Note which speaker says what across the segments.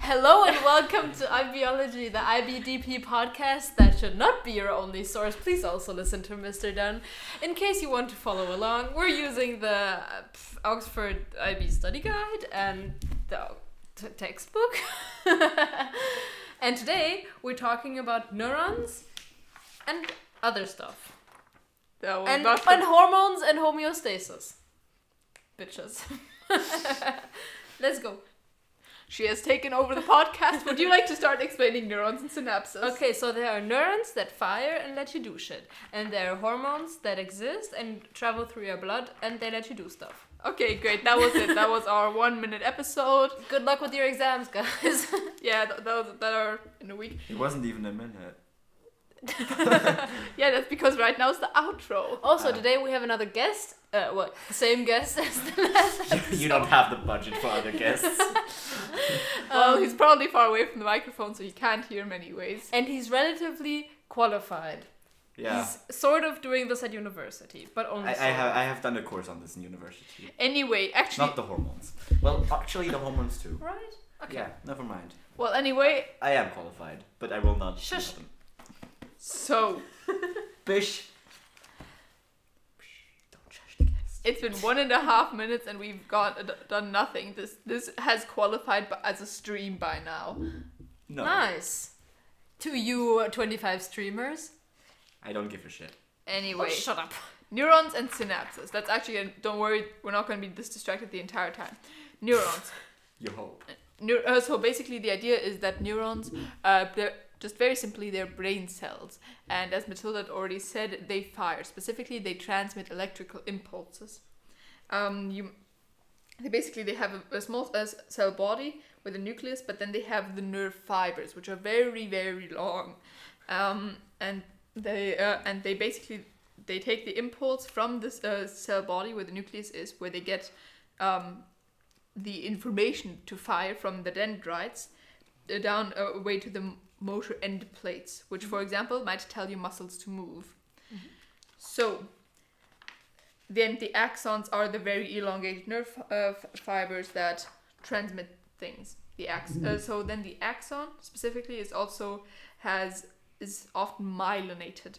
Speaker 1: Hello and welcome to Ibiology, the IBDP podcast that should not be your only source. Please also listen to Mr. Dunn. In case you want to follow along, we're using the uh, pff, Oxford IB Study Guide and the o- t- textbook. and today we're talking about neurons and other stuff.
Speaker 2: That was
Speaker 1: And,
Speaker 2: not
Speaker 1: and hormones and homeostasis. Bitches. Let's go.
Speaker 2: She has taken over the podcast. Would you like to start explaining neurons and synapses?
Speaker 1: Okay, so there are neurons that fire and let you do shit. And there are hormones that exist and travel through your blood and they let you do stuff.
Speaker 2: Okay, great. That was it. That was our one minute episode.
Speaker 1: Good luck with your exams, guys.
Speaker 2: Yeah, th- those that are in a week.
Speaker 3: It wasn't even a minute.
Speaker 2: Yeah, that's because right now is the outro.
Speaker 1: also,
Speaker 3: Uh.
Speaker 1: today we have another guest. Uh, what? Same guest as the last
Speaker 3: you, you don't have the budget for other guests.
Speaker 2: Well,
Speaker 1: Um,
Speaker 2: he's probably far away from the microphone, so you can't hear him anyways.
Speaker 1: And he's relatively qualified.
Speaker 3: Yeah.
Speaker 1: He's sort of doing this at university, but only.
Speaker 3: I, I
Speaker 1: sort of.
Speaker 3: have I have done a course on this in university.
Speaker 2: Anyway, actually,
Speaker 3: Not the hormones. Well, actually the hormones too.
Speaker 1: Right? Okay.
Speaker 3: Yeah, never mind.
Speaker 2: well, anyway,
Speaker 3: I am qualified, but I will not. do
Speaker 1: Shush.
Speaker 3: them.
Speaker 2: so
Speaker 3: Bish.
Speaker 1: Don't judge the guest.
Speaker 2: it's been one and a half minutes, and we've got d- done nothing. This this has qualified b- as a stream by now.
Speaker 3: No.
Speaker 1: Nice. To you, uh, 25 streamers.
Speaker 3: I don't give a shit.
Speaker 2: Anyway,
Speaker 1: Oh, shut up.
Speaker 2: Neurons and synapses. That's actually, a, don't worry, we're not going to be this distracted the entire time. Neurons.
Speaker 3: You hope.
Speaker 2: Neur- uh, so basically, the idea is that neurons, uh, they're just very simply, they're brain cells. And as Matilda had already said, they fire. Specifically, they transmit electrical impulses. Um, you, they basically they have a, a small uh, cell body with a nucleus, but then they have the nerve fibers, which are very very long, um, and they uh, and they basically they take the impulse from this uh, cell body where the nucleus is, where they get um, the information to fire from the dendrites uh, down uh, away to the motor end plates, which, for example, might tell your muscles to move. So then the axons are the very elongated nerve uh, f- fibers that transmit things. The ax- uh, so then the axon specifically is also has is often myelinated,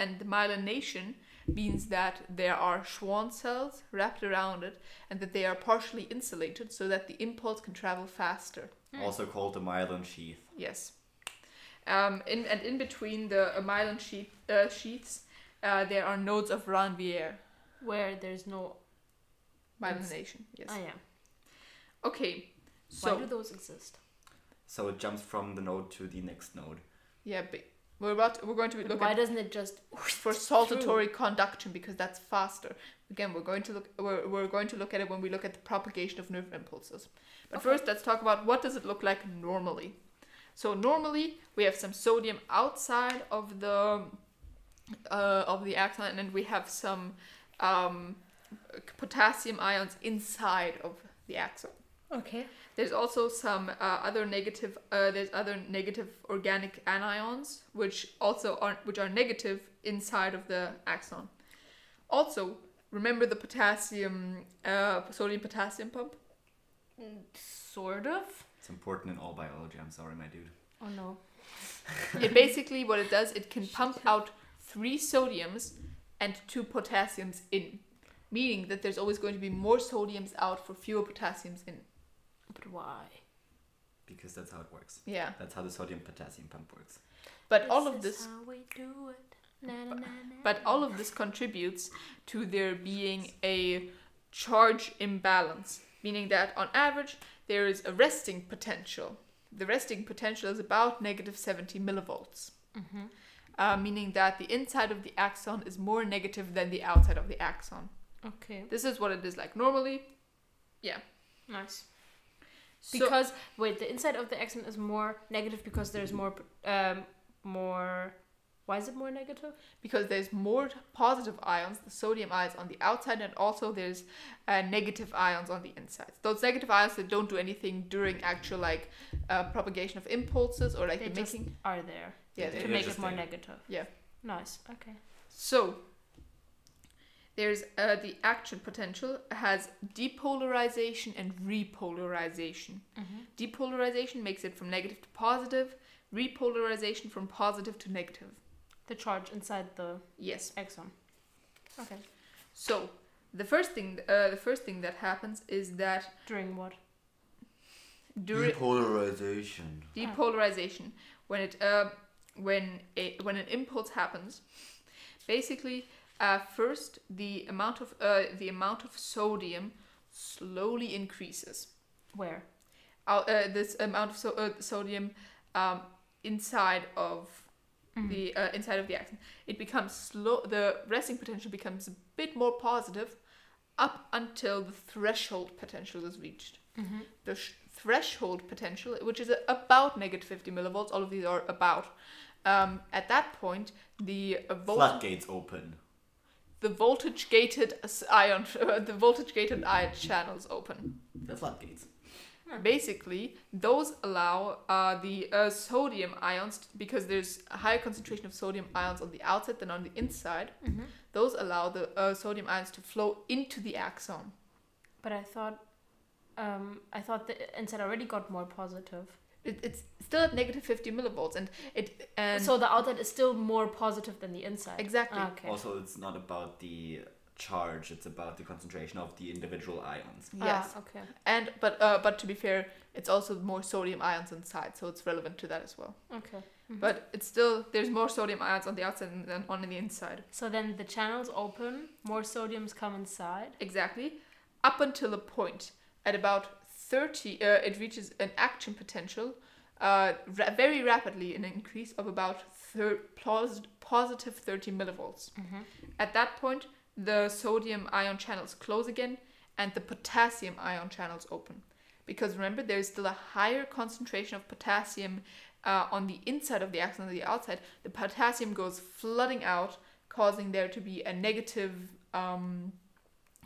Speaker 2: and the myelination means that there are Schwann cells wrapped around it, and that they are partially insulated so that the impulse can travel faster.
Speaker 3: Also called the myelin sheath.
Speaker 2: Yes. Um, in, and in between the uh, myelin sheath, uh, sheaths, uh, there are nodes of Ranvier
Speaker 1: Where there's no.
Speaker 2: myelination. Yes.
Speaker 1: I am.
Speaker 2: Okay.
Speaker 1: Why do
Speaker 2: So
Speaker 1: those exist?
Speaker 3: So it jumps from the node to the next node.
Speaker 2: yeah, ba- we're about to- we're going to
Speaker 1: But
Speaker 2: look
Speaker 1: why
Speaker 2: at
Speaker 1: doesn't it just
Speaker 2: for saltatory conduction because that's faster. Again, we're going to look we're, we're going to look at it when we look at the propagation of nerve impulses. But
Speaker 1: Okay.
Speaker 2: first, let's talk about what does it look like normally. So normally, we have some sodium outside of the uh, of the axon, and then we have some um, potassium ions inside of the axon.
Speaker 1: okay
Speaker 2: There's also some uh, other negative. Uh, there's other negative organic anions, which also are which are negative inside of the axon. Also, remember the potassium, uh, sodium potassium pump.
Speaker 1: Mm, sort of
Speaker 3: It's important in all biology. I'm sorry, my dude.
Speaker 1: oh no
Speaker 2: It basically what it does, it can pump out three sodiums and two potassiums in, meaning that there's always going to be more sodiums out for fewer potassiums in.
Speaker 1: but why
Speaker 3: Because that's how it works.
Speaker 2: Yeah,
Speaker 3: That's how the sodium potassium pump works.
Speaker 2: but all of this.
Speaker 1: how we do it na, na, na, na.
Speaker 2: But all of this contributes to there being a charge imbalance, meaning that on average there is a resting potential. The resting potential is about negative 70 millivolts,
Speaker 1: Mm-hmm.
Speaker 2: uh, meaning that the inside of the axon is more negative than the outside of the axon.
Speaker 1: okay
Speaker 2: This is what it is like normally. Yeah.
Speaker 1: nice
Speaker 2: So-
Speaker 1: because wait the inside of the axon is more negative because there's more um more why is it more negative
Speaker 2: because there's more positive ions, the sodium ions on the outside, and also there's uh, negative ions on the inside. Those negative ions that don't do anything during actual like uh, propagation of impulses or like
Speaker 1: they
Speaker 2: the
Speaker 1: just
Speaker 2: making.
Speaker 1: are there
Speaker 2: Yeah,
Speaker 3: They
Speaker 1: to
Speaker 3: They're
Speaker 1: make it
Speaker 3: just
Speaker 1: more
Speaker 3: there.
Speaker 1: negative
Speaker 2: Yeah.
Speaker 1: nice okay
Speaker 2: So There's uh, the action potential has depolarization and repolarization.
Speaker 1: Mm-hmm.
Speaker 2: Depolarization makes it from negative to positive, repolarization from positive to negative.
Speaker 1: The charge inside the
Speaker 2: Yes.
Speaker 1: exon. Okay.
Speaker 2: So the first thing, uh, the first thing that happens is that
Speaker 1: During what?
Speaker 2: during
Speaker 3: Depolarization.
Speaker 2: depolarization when it uh, when a, when an impulse happens basically uh, first the amount of uh, the amount of sodium slowly increases
Speaker 1: Where?
Speaker 2: uh, uh, this amount of so- uh, sodium um, inside of the uh, inside of the axon it becomes slow the resting potential becomes a bit more positive up until the threshold potential is reached
Speaker 1: Mm-hmm.
Speaker 2: the sh- threshold potential, which is about negative 50 millivolts. All of these are about. Um, at that point, the uh, volt-
Speaker 3: Floodgates open.
Speaker 2: the voltage gated ion the voltage gated ion channels open.
Speaker 3: The floodgates.
Speaker 2: Basically, those allow uh, the uh, sodium ions because there's a higher concentration of sodium ions on the outside than on the inside.
Speaker 1: Mm-hmm.
Speaker 2: Those allow the uh, sodium ions to flow into the axon.
Speaker 1: But I thought, um, I thought the inside already got more positive.
Speaker 2: It, it's still at negative 50 millivolts, and it and
Speaker 1: so the outlet is still more positive than the inside.
Speaker 2: exactly.
Speaker 1: Ah, Okay.
Speaker 3: Also, it's not about the charge, it's about the concentration of the individual ions.
Speaker 1: Ah,
Speaker 2: Yes.
Speaker 1: okay.
Speaker 2: And but uh, but to be fair, it's also more sodium ions inside, so it's relevant to that as well.
Speaker 1: Okay.
Speaker 2: But it's still there's more sodium ions on the outside than on the inside.
Speaker 1: So then the channels open, more sodiums come inside.
Speaker 2: Exactly. Up until a point at about 30, uh, it reaches an action potential uh, ra- very rapidly, an increase of about thir- pos- positive 30 millivolts.
Speaker 1: Mhm.
Speaker 2: At that point, the sodium ion channels close again and the potassium ion channels open. Because remember, there is still a higher concentration of potassium uh, on the inside of the axon than the outside. The potassium goes flooding out, causing there to be a negative, um,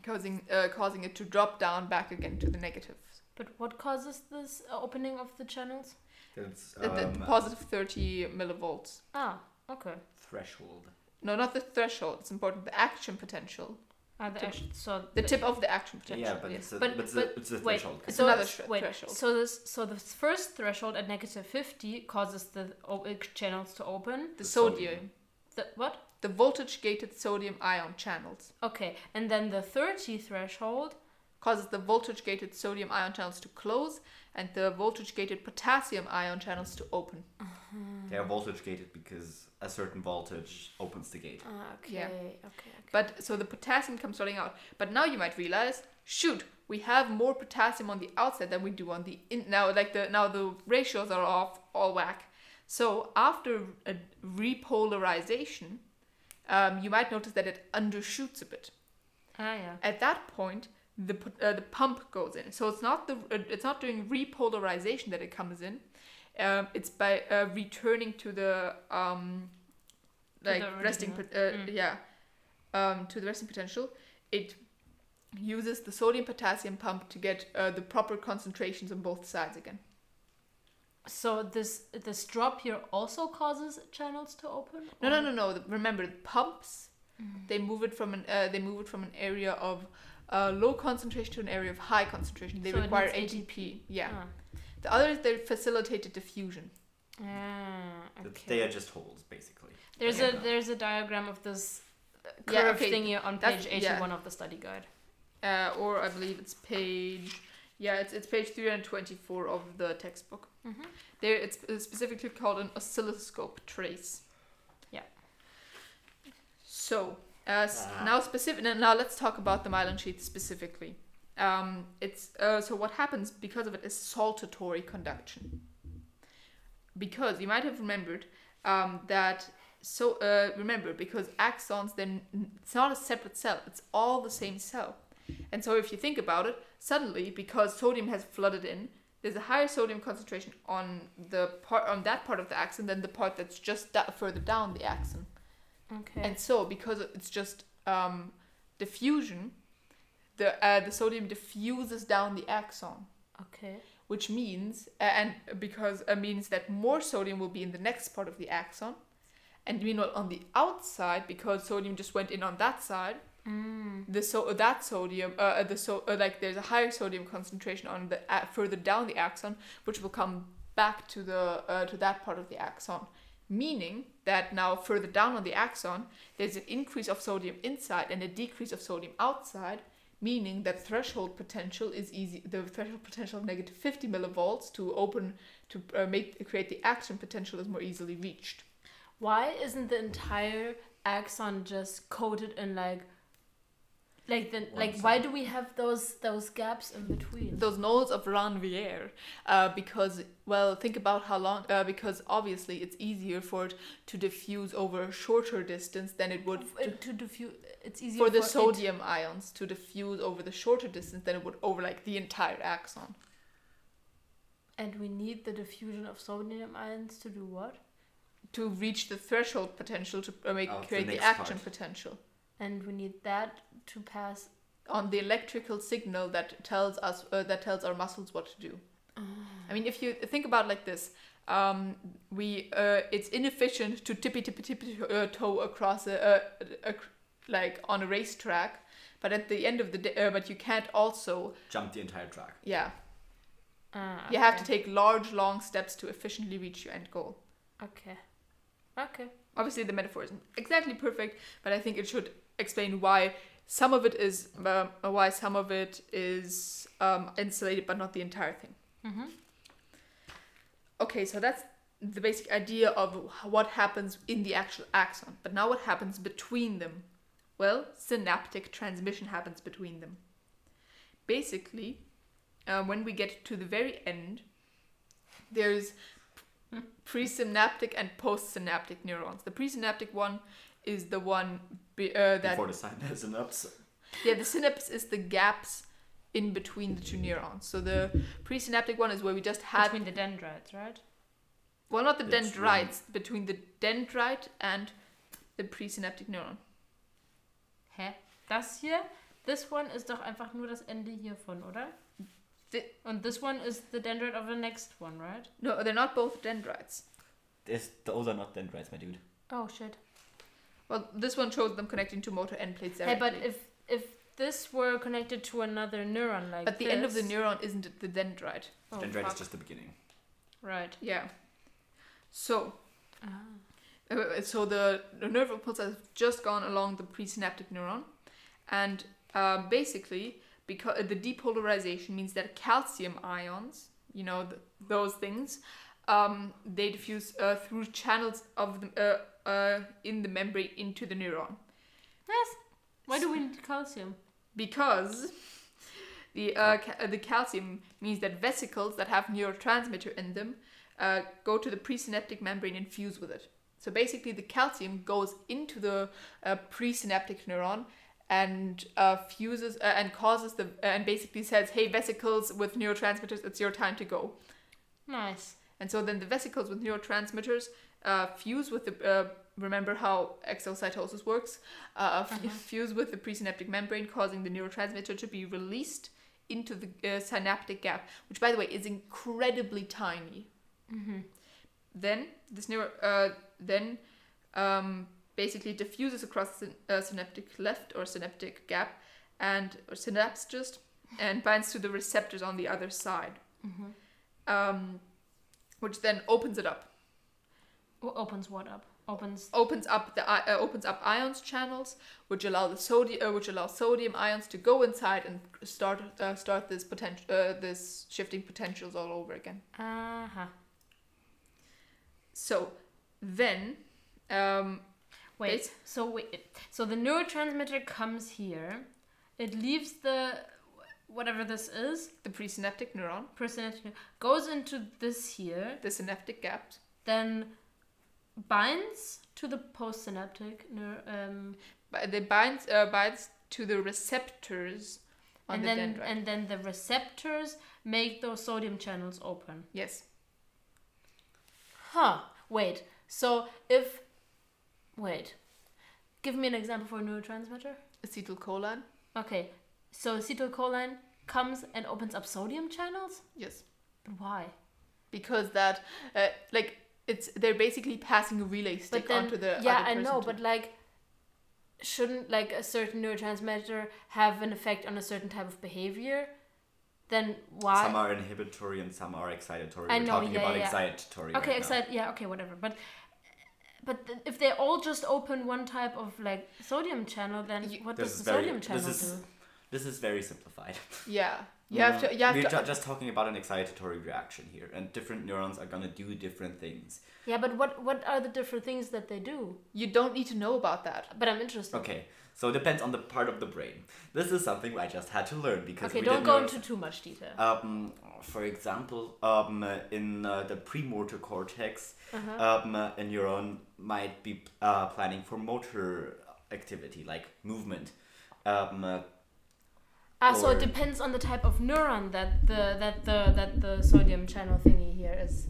Speaker 2: causing uh, causing it to drop down back again to the negative.
Speaker 1: But what causes this uh, opening of the channels?
Speaker 3: It's
Speaker 2: The- the
Speaker 3: um,
Speaker 2: positive 30 millivolts.
Speaker 1: Ah, okay.
Speaker 3: threshold.
Speaker 2: No, not the threshold. It's important. The action potential.
Speaker 1: Ah, the
Speaker 2: Tip.
Speaker 1: ash- so
Speaker 2: The tip of the action potential.
Speaker 3: Yeah, but
Speaker 2: yes.
Speaker 3: it's a,
Speaker 1: But-
Speaker 3: but, it's,
Speaker 1: but-
Speaker 3: a, it's a
Speaker 1: wait,
Speaker 3: threshold.
Speaker 2: It's
Speaker 1: so
Speaker 2: another
Speaker 1: s-
Speaker 2: thre-
Speaker 1: wait,
Speaker 2: threshold.
Speaker 1: So this, so the first threshold at negative fifty causes the o- uh, channels to open.
Speaker 2: the
Speaker 3: The
Speaker 2: sodium.
Speaker 3: sodium.
Speaker 1: The what?
Speaker 2: The voltage gated sodium ion channels
Speaker 1: Okay, and then the thirty threshold.
Speaker 2: causes the voltage gated sodium ion channels to close and the voltage gated potassium ion channels to open.
Speaker 3: They are voltage gated because a certain voltage opens the gate.
Speaker 1: Ah, okay,
Speaker 2: Yeah.
Speaker 1: okay, okay.
Speaker 2: But so the potassium comes flooding out. But now you might realize, shoot, we have more potassium on the outside than we do on the in. Now, like the now the ratios are off, all whack. So after a repolarization, um, you might notice that it undershoots a bit.
Speaker 1: ah, yeah.
Speaker 2: At that point, the p- uh, the pump goes in. So it's not the uh, it's not during repolarization that it comes in. Um, it's by uh, returning to the um,
Speaker 1: To
Speaker 2: like
Speaker 1: the
Speaker 2: resting pot-
Speaker 1: original.
Speaker 2: uh,
Speaker 1: Mm.
Speaker 2: yeah um, to the resting potential. It uses the sodium potassium pump to get uh, the proper concentrations on both sides again.
Speaker 1: So this this drop here also causes channels to open. Mm.
Speaker 2: No,
Speaker 1: or-
Speaker 2: no, no, no. the- Remember the pumps. They move it from an uh, they move it from an area of uh, low concentration to an area of high concentration. They
Speaker 1: So it
Speaker 2: require
Speaker 1: needs
Speaker 2: ATP. Yeah.
Speaker 1: Ah.
Speaker 2: The others they facilitated diffusion.
Speaker 1: Ah,
Speaker 3: Th-
Speaker 1: okay.
Speaker 3: They are just holes, basically.
Speaker 1: There's
Speaker 3: Yeah.
Speaker 1: a there's a diagram of this uh, curve
Speaker 2: Yeah, okay,
Speaker 1: thingy on
Speaker 2: that's-
Speaker 1: page
Speaker 2: yeah.
Speaker 1: 81 of the study guide.
Speaker 2: Uh, or I believe it's page yeah, it's, it's page 324 of the textbook.
Speaker 1: Mhm.
Speaker 2: There it's it's specifically called an oscilloscope trace.
Speaker 1: Yeah.
Speaker 2: So, uh, s-
Speaker 3: Ah.
Speaker 2: now specific now- now let's talk about the myelin sheath specifically. Um, it's uh, so what happens because of it is saltatory conduction. Because you might have remembered um, that so uh, remember because axons then it's not a separate cell it's all the same cell and so if you think about it suddenly because sodium has flooded in there's a higher sodium concentration on the part on that part of the axon than the part that's just da- further down the axon
Speaker 1: Okay.
Speaker 2: and so because it's just um, diffusion the uh, the sodium diffuses down the axon
Speaker 1: okay.
Speaker 2: which means and because uh, means that more sodium will be in the next part of the axon and meanwhile on the outside because sodium just went in on that side
Speaker 1: Mm.
Speaker 2: the so that sodium uh, uh, the so uh, like there's a higher sodium concentration on the a further down the axon which will come back to the uh, to that part of the axon meaning that now further down on the axon there's an increase of sodium inside and a decrease of sodium outside meaning that threshold potential is easy the threshold potential of negative 50 millivolts to open to uh, make create the action potential is more easily reached
Speaker 1: Why isn't the entire axon just coated in like, like the
Speaker 3: One
Speaker 1: like? Why do we have those those gaps in between?
Speaker 2: those nodes of Ranvier, uh, because well, think about how long. Uh, because obviously, it's easier for it to diffuse over a shorter distance than it would
Speaker 1: It- to diffuse, it's easier
Speaker 2: for the
Speaker 1: it-
Speaker 2: sodium ions to diffuse over the shorter distance than it would over like the entire axon.
Speaker 1: and we need the diffusion of sodium ions to do what?
Speaker 2: To reach the threshold potential to uh, make
Speaker 3: Oh, it's the
Speaker 2: create the,
Speaker 3: next
Speaker 2: action
Speaker 3: part.
Speaker 2: potential
Speaker 1: And we need that to pass.
Speaker 2: on the electrical signal that tells us uh, that tells our muscles what to do.
Speaker 1: Oh. Ah,
Speaker 2: I mean, if you think about it like this, um, we uh, it's inefficient to tippy tippy tippy uh, toe across a, a, a, like on a racetrack, but at the end of the day, uh, but you can't also
Speaker 3: Jump the entire track.
Speaker 2: yeah
Speaker 1: Ah,
Speaker 2: you have
Speaker 1: okay.
Speaker 2: to take large long steps to efficiently reach your end goal.
Speaker 1: Okay. Okay.
Speaker 2: Obviously, the metaphor isn't exactly perfect, but I think it should explain why some of it is um, why some of it is um, insulated, but not the entire thing.
Speaker 1: Mm-hmm.
Speaker 2: Okay, so that's the basic idea of what happens in the actual axon. But now, what happens between them? Well, synaptic transmission happens between them. Basically, uh, when we get to the very end, there's p- presynaptic and postsynaptic neurons. The presynaptic one is the one be, uh, that
Speaker 3: Before the synapse and ups.
Speaker 2: yeah, the synapse is the gaps in between the two neurons. So the presynaptic one is where we just had
Speaker 1: Between the dendrites, right?
Speaker 2: Well, not the
Speaker 3: That's
Speaker 2: dendrites, between the dendrite and the presynaptic neuron.
Speaker 1: Hä? Das hier? This one ist doch einfach nur das Ende hiervon, oder?
Speaker 2: The-
Speaker 1: And this one is the dendrite of the next one, right?
Speaker 2: No, they're not both dendrites.
Speaker 3: This, those are not dendrites, my dude.
Speaker 1: Oh shit.
Speaker 2: Well, this one shows them connecting to motor end plates
Speaker 1: Hey,
Speaker 2: directly.
Speaker 1: but if if this were connected to another neuron like
Speaker 2: At the end of the
Speaker 1: this-
Speaker 2: neuron isn't it the dendrite?
Speaker 1: Oh,
Speaker 3: dendrite
Speaker 1: fuck.
Speaker 3: is just the beginning.
Speaker 1: Right.
Speaker 2: Yeah. So,
Speaker 1: Ah.
Speaker 2: uh, so the, the nerve impulse has just gone along the presynaptic neuron, and um, basically, because the depolarization means that calcium ions, you know, th- those things, um, they diffuse uh, through channels of the uh, uh, in the membrane into the neuron
Speaker 1: Yes. Why do we need calcium?
Speaker 2: because the uh, ca- uh, the calcium means that vesicles that have neurotransmitter in them uh, go to the presynaptic membrane and fuse with it. So basically, the calcium goes into the uh, presynaptic neuron and uh, fuses uh, and causes the and basically says, "Hey, vesicles with neurotransmitters, it's your time to go."
Speaker 1: Nice.
Speaker 2: And so then the vesicles with neurotransmitters uh, fuse with the. Uh, remember how exocytosis works? Uh, f-
Speaker 1: Uh-huh.
Speaker 2: Fuse with the presynaptic membrane, causing the neurotransmitter to be released into the uh, synaptic gap, which, by the way, is incredibly tiny.
Speaker 1: Mm-hmm.
Speaker 2: Then this neuro, uh, then um, basically diffuses across the uh, synaptic left or synaptic gap, and or synapse just, and binds to the receptors on the other side,
Speaker 1: Mm-hmm.
Speaker 2: um, which then opens it up.
Speaker 1: opens what up? Opens.
Speaker 2: opens up the i- uh, opens up ions channels, which allow the sodium uh, which allow sodium ions to go inside and start uh, start this potential uh, this shifting potentials all over again.
Speaker 1: Uh huh.
Speaker 2: So then, um,
Speaker 1: Wait.
Speaker 2: Bas-
Speaker 1: So wait. So the neurotransmitter comes here. It leaves the whatever this is
Speaker 2: the presynaptic neuron,
Speaker 1: percentage goes into this here,
Speaker 2: the synaptic gap,
Speaker 1: then binds to the postsynaptic neur- um,
Speaker 2: but they binds uh, binds to the receptors on
Speaker 1: and
Speaker 2: the
Speaker 1: then
Speaker 2: dendrite.
Speaker 1: and then the receptors make those sodium channels open.
Speaker 2: yes,
Speaker 1: Huh. Wait. So if wait, give me an example for a neurotransmitter.
Speaker 2: acetylcholine.
Speaker 1: Okay. So acetylcholine comes and opens up sodium channels.
Speaker 2: Yes,
Speaker 1: But why?
Speaker 2: because that uh, like it's they're basically passing a relay stick
Speaker 1: but then
Speaker 2: onto the
Speaker 1: yeah,
Speaker 2: other
Speaker 1: I
Speaker 2: person
Speaker 1: know,
Speaker 2: to-
Speaker 1: but like shouldn't like a certain neurotransmitter have an effect on a certain type of behavior? Then why?
Speaker 3: Some are inhibitory and some are excitatory.
Speaker 1: I
Speaker 3: We're
Speaker 1: know,
Speaker 3: talking
Speaker 1: yeah,
Speaker 3: about
Speaker 1: yeah. okay,
Speaker 3: excitatory. right now.
Speaker 1: except yeah, okay, whatever. But but th- if they all just open one type of like sodium channel, then
Speaker 2: You-
Speaker 1: what
Speaker 3: This
Speaker 1: does
Speaker 3: is
Speaker 1: the
Speaker 3: very-
Speaker 1: sodium
Speaker 3: this
Speaker 1: channel
Speaker 3: is-
Speaker 1: do?
Speaker 3: This is very simplified.
Speaker 2: Yeah. You have to. You have
Speaker 3: We're
Speaker 2: to.
Speaker 3: ju- just talking about an excitatory reaction here, and different neurons are gonna do different things.
Speaker 1: Yeah, but what what are the different things that they do?
Speaker 2: You don't need to know about that.
Speaker 1: But I'm interested.
Speaker 3: Okay, so it depends on the part of the brain. This is something I just had to learn because
Speaker 1: Okay,
Speaker 3: we
Speaker 1: don't
Speaker 3: didn't
Speaker 1: go
Speaker 3: know-
Speaker 1: into too much detail.
Speaker 3: Um, for example, um, uh, in uh, the premotor cortex,
Speaker 1: Uh-huh.
Speaker 3: um, uh, a neuron might be uh, planning for motor activity, like movement. Um, uh,
Speaker 1: Ah, so it
Speaker 3: or-
Speaker 1: depends on the type of neuron that the that the that the sodium channel thingy here is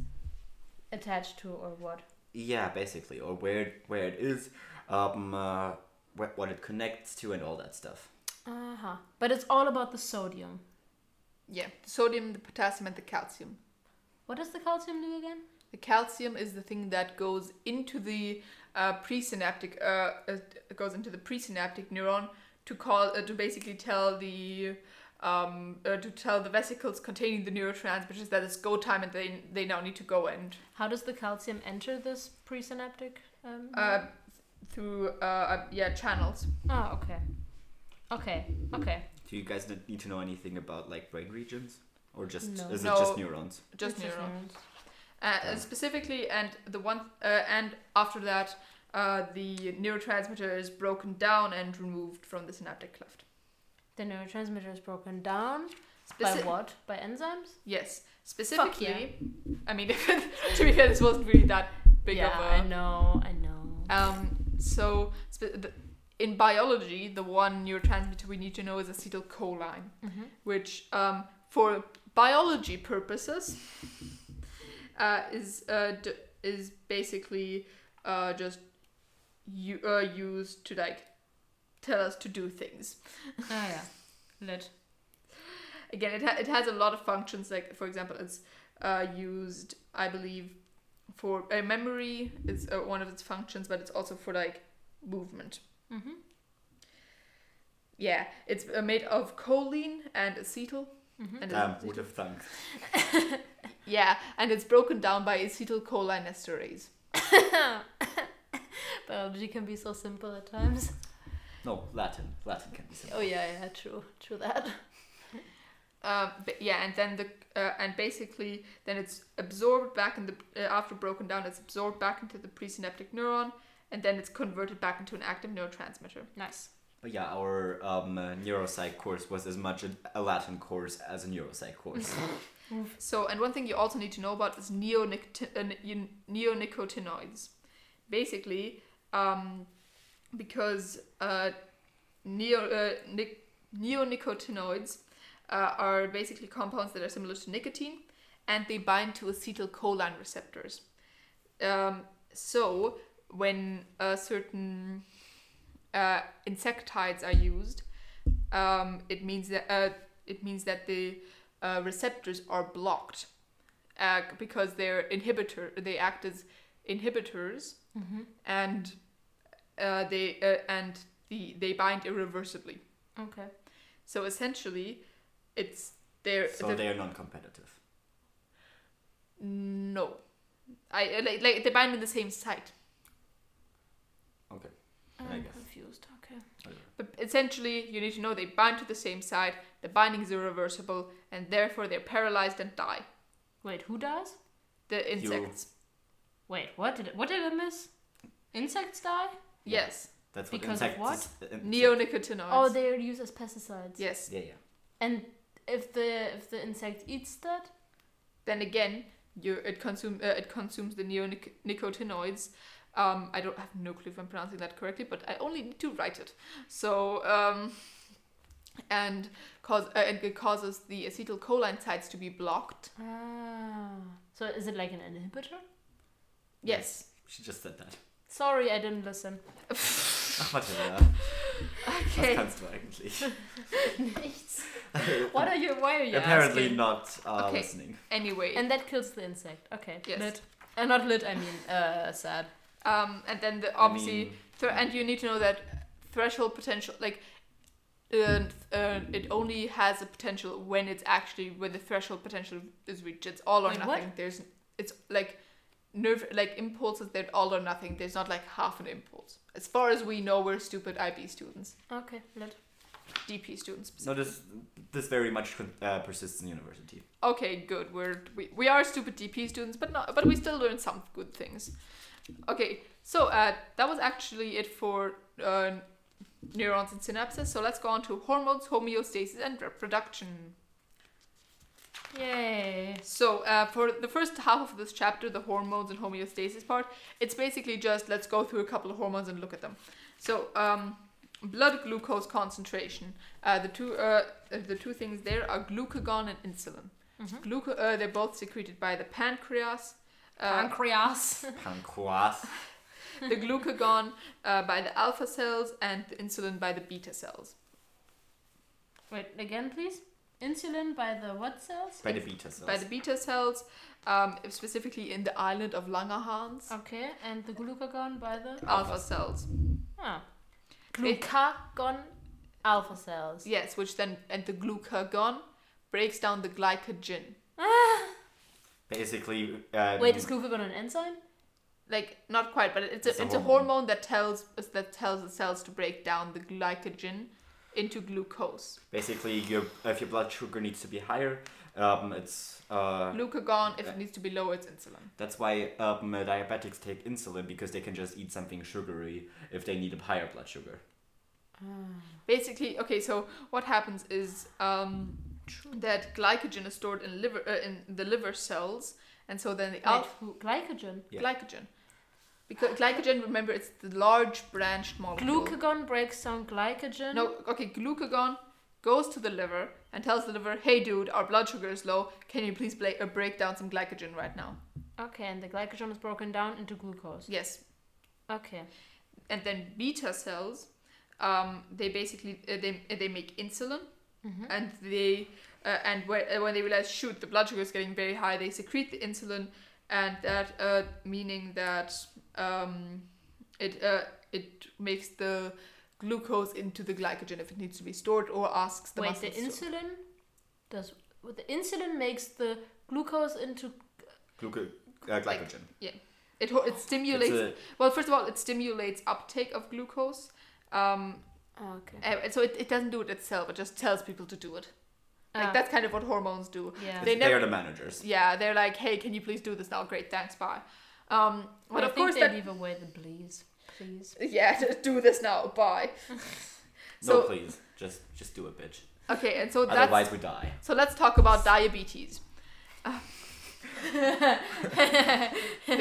Speaker 1: attached to, or what?
Speaker 3: yeah, basically, or where where it is, um, uh, wh- what it connects to, and all that stuff.
Speaker 1: Uh
Speaker 2: Uh-huh.
Speaker 1: huh. But it's all about the sodium.
Speaker 2: Yeah. The sodium, the potassium, and the calcium.
Speaker 1: What does the calcium do again?
Speaker 2: The calcium is the thing that goes into the uh, presynaptic. Uh, uh, goes into the presynaptic neuron to call uh, to basically tell the. Um, uh, to tell the vesicles containing the neurotransmitters that it's go time and they they now need to go and
Speaker 1: How does the calcium enter this presynaptic? Um,
Speaker 2: uh, through uh, uh, yeah channels.
Speaker 1: oh, okay. Okay. Okay.
Speaker 3: Do you guys n- need to know anything about like brain regions, or just
Speaker 1: No.
Speaker 3: is
Speaker 2: No.
Speaker 3: it just neurons?
Speaker 2: Just
Speaker 1: It's
Speaker 2: neurons.
Speaker 1: neurons.
Speaker 2: uh,
Speaker 3: Yeah.
Speaker 2: specifically and the one uh, and after that uh, the neurotransmitter is broken down and removed from the synaptic cleft
Speaker 1: The neurotransmitter is broken down
Speaker 2: Speci-
Speaker 1: by what? By enzymes.
Speaker 2: yes
Speaker 1: Fuck
Speaker 2: specifically
Speaker 1: yeah.
Speaker 2: i mean to be fair this wasn't really that big
Speaker 1: yeah,
Speaker 2: of a
Speaker 1: I know. I know.
Speaker 2: Um, so spe- the, in biology, the one neurotransmitter we need to know is acetylcholine,
Speaker 1: Mhm.
Speaker 2: which um, for biology purposes uh, is uh, d- is basically uh, just u- uh, used to like tell us to do things.
Speaker 1: oh yeah. Lit.
Speaker 2: Again, it ha- it has a lot of functions. Like for example, it's uh, used, I believe, for uh, memory is uh, one of its functions, but it's also for like movement.
Speaker 1: Mhm.
Speaker 2: Yeah, it's uh, made of choline and acetyl.
Speaker 1: Mhm.
Speaker 2: And
Speaker 3: Damn,
Speaker 2: it's-
Speaker 3: Um, would have thunk.
Speaker 2: yeah, and it's broken down by acetylcholinesterase.
Speaker 1: Biology can be so simple at times.
Speaker 3: No, Latin. Latin can be said.
Speaker 1: Oh yeah, yeah, true, true that.
Speaker 2: Um, but yeah, and then the uh, and basically then it's absorbed back in the uh, after broken down, it's absorbed back into the presynaptic neuron, and then it's converted back into an active neurotransmitter.
Speaker 1: Nice.
Speaker 3: But yeah, our um, uh, neuropsych course was as much a, a Latin course as a neuropsych course.
Speaker 2: So, and one thing you also need to know about is neonicot- uh, ne- neonicotinoids. Basically, um, because uh, neo- uh, nic- neonicotinoids uh, are basically compounds that are similar to nicotine and they bind to acetylcholine receptors. Um, so, when uh, certain uh, insecticides are used, um, it means that uh, it means that the uh, receptors are blocked uh, because they're inhibitor. They act as inhibitors,
Speaker 1: Mm-hmm.
Speaker 2: and uh, they uh, and the they bind irreversibly.
Speaker 1: Okay.
Speaker 2: So essentially, it's they're,
Speaker 3: so
Speaker 2: the-
Speaker 3: they are non-competitive.
Speaker 2: no, I uh, like, like they bind in the same site.
Speaker 3: Okay. I
Speaker 1: I'm
Speaker 3: guess.
Speaker 1: confused. Okay.
Speaker 2: But essentially, you need to know they bind to the same site. The binding is irreversible, and therefore they're paralyzed and die.
Speaker 1: Wait, who dies?
Speaker 2: The insects.
Speaker 1: Wait, what did what did I miss? Insects die?
Speaker 3: Yeah.
Speaker 2: Yes.
Speaker 3: That's what
Speaker 1: Because of
Speaker 3: insects.
Speaker 1: what?
Speaker 3: is- in-
Speaker 2: Neonicotinoids.
Speaker 1: Oh, they are used as pesticides.
Speaker 2: yes.
Speaker 3: Yeah, yeah.
Speaker 1: And if the if the insect eats that,
Speaker 2: then again you it consume uh, it consumes the neonicotinoids um, I don't have no clue if I'm pronouncing that correctly, but I only need to write it. So, um, and cause uh, and it causes the acetylcholine sites to be blocked.
Speaker 1: ah. so is it like an inhibitor?
Speaker 2: Yes.
Speaker 3: She just said that.
Speaker 1: Sorry, I didn't listen.
Speaker 3: Ach, whatever. uh, Das
Speaker 2: Okay.
Speaker 3: kannst du eigentlich.
Speaker 1: Nichts. what are you? Why are you
Speaker 3: Apparently
Speaker 1: asking?
Speaker 3: not uh,
Speaker 2: Okay.
Speaker 3: listening.
Speaker 2: Anyway,
Speaker 1: And that kills the insect. Okay.
Speaker 2: Yes.
Speaker 1: Lit. Uh, not lit. I mean, uh, sad.
Speaker 2: um, and then the
Speaker 3: I
Speaker 2: obviously
Speaker 3: mean,
Speaker 2: So, and you need to know that threshold potential like uh, uh, it only has a potential when it's actually when the threshold potential is reached. It's all or
Speaker 1: Wait,
Speaker 2: nothing.
Speaker 1: what?
Speaker 2: There's it's like nerve like impulses. They're all or nothing. There's not like half an impulse. As far as we know, we're stupid IB students,
Speaker 1: Okay, lit.
Speaker 2: DP students.
Speaker 3: No,
Speaker 2: Specifically.
Speaker 3: this this very much con- uh, persists in university.
Speaker 2: Okay, good. We're we, we are stupid DP students, but not but we still learn some good things. Okay, so uh, that was actually it for uh, neurons and synapses. So let's go on to hormones, homeostasis, and reproduction.
Speaker 1: Yay.
Speaker 2: So uh, for the first half of this chapter, the hormones and homeostasis part, it's basically just let's go through a couple of hormones and look at them. So um, blood glucose concentration. Uh, the two uh, the two things there are glucagon and insulin.
Speaker 1: Mhm.
Speaker 2: Gluca- uh, they're both secreted by the pancreas. Uh,
Speaker 1: Pancreas.
Speaker 3: Pancreas.
Speaker 2: the glucagon uh, by the alpha cells and the insulin by the beta cells.
Speaker 1: Wait, again, please? Insulin by the what cells?
Speaker 3: By the beta cells.
Speaker 2: By the beta cells, um, specifically in the island of Langerhans,
Speaker 1: Okay, and the glucagon by the.
Speaker 2: alpha cells.
Speaker 1: Oh. Glucagon alpha cells.
Speaker 2: Yes, which then and the glucagon breaks down the glycogen.
Speaker 3: Basically, um,
Speaker 1: Ah. Wait, is glucagon an enzyme?
Speaker 2: Like not quite, but it's a, it's, a, hormone. that tells that tells the cells to break down the glycogen into glucose.
Speaker 3: basically your if your blood sugar needs to be higher, um, it's uh,
Speaker 2: Glucagon, if
Speaker 3: uh,
Speaker 2: it needs to be low, it's insulin.
Speaker 3: that's why um, uh, diabetics take insulin because they can just eat something sugary if they need a higher blood sugar.
Speaker 2: Ah. Basically, okay. So what happens is um, that glycogen is stored in liver uh, in the liver cells, and so then the
Speaker 1: Wait,
Speaker 2: alpha
Speaker 1: who- glycogen.
Speaker 3: Yeah.
Speaker 2: glycogen. Because glycogen, remember, it's the large branched molecule.
Speaker 1: Glucagon breaks down glycogen.
Speaker 2: No, okay, glucagon goes to the liver and tells the liver, hey dude, our blood sugar is low. Can you please bla- uh, break down some glycogen right now?
Speaker 1: Okay, and the glycogen is broken down into glucose.
Speaker 2: Yes.
Speaker 1: Okay.
Speaker 2: And then beta cells, um, they basically uh, they, uh, they make insulin
Speaker 1: Mm-hmm.
Speaker 2: and they uh, and whe- uh, when they realize shoot the blood sugar is getting very high they secrete the insulin and that uh, meaning that um, it uh, it makes the glucose into the glycogen if it needs to be stored or asks the
Speaker 1: Wait, the
Speaker 2: muscles to-
Speaker 1: insulin does well, the insulin makes the glucose into
Speaker 3: Gluca- uh, glycogen.
Speaker 2: it, ho- it stimulates
Speaker 3: It's a-
Speaker 2: Well, first of all, it stimulates uptake of glucose. Um,
Speaker 1: oh, okay.
Speaker 2: and so it, it doesn't do it itself. It just tells people to do it. Like
Speaker 1: Ah,
Speaker 2: that's kind of what hormones do.
Speaker 1: yeah.
Speaker 2: they
Speaker 3: they,
Speaker 2: never-
Speaker 3: are the managers.
Speaker 2: Yeah, they're like, hey, can you please do this now? Great, thanks, bye. Um, but
Speaker 1: I
Speaker 2: of
Speaker 1: think
Speaker 2: course
Speaker 1: they
Speaker 2: that
Speaker 1: leave away the please, please.
Speaker 2: yeah, just do this now, bye.
Speaker 3: no,
Speaker 2: so-
Speaker 3: please, just just do it, bitch.
Speaker 2: Okay, and so that's
Speaker 3: Otherwise, we die.
Speaker 2: so let's talk about diabetes. Uh, there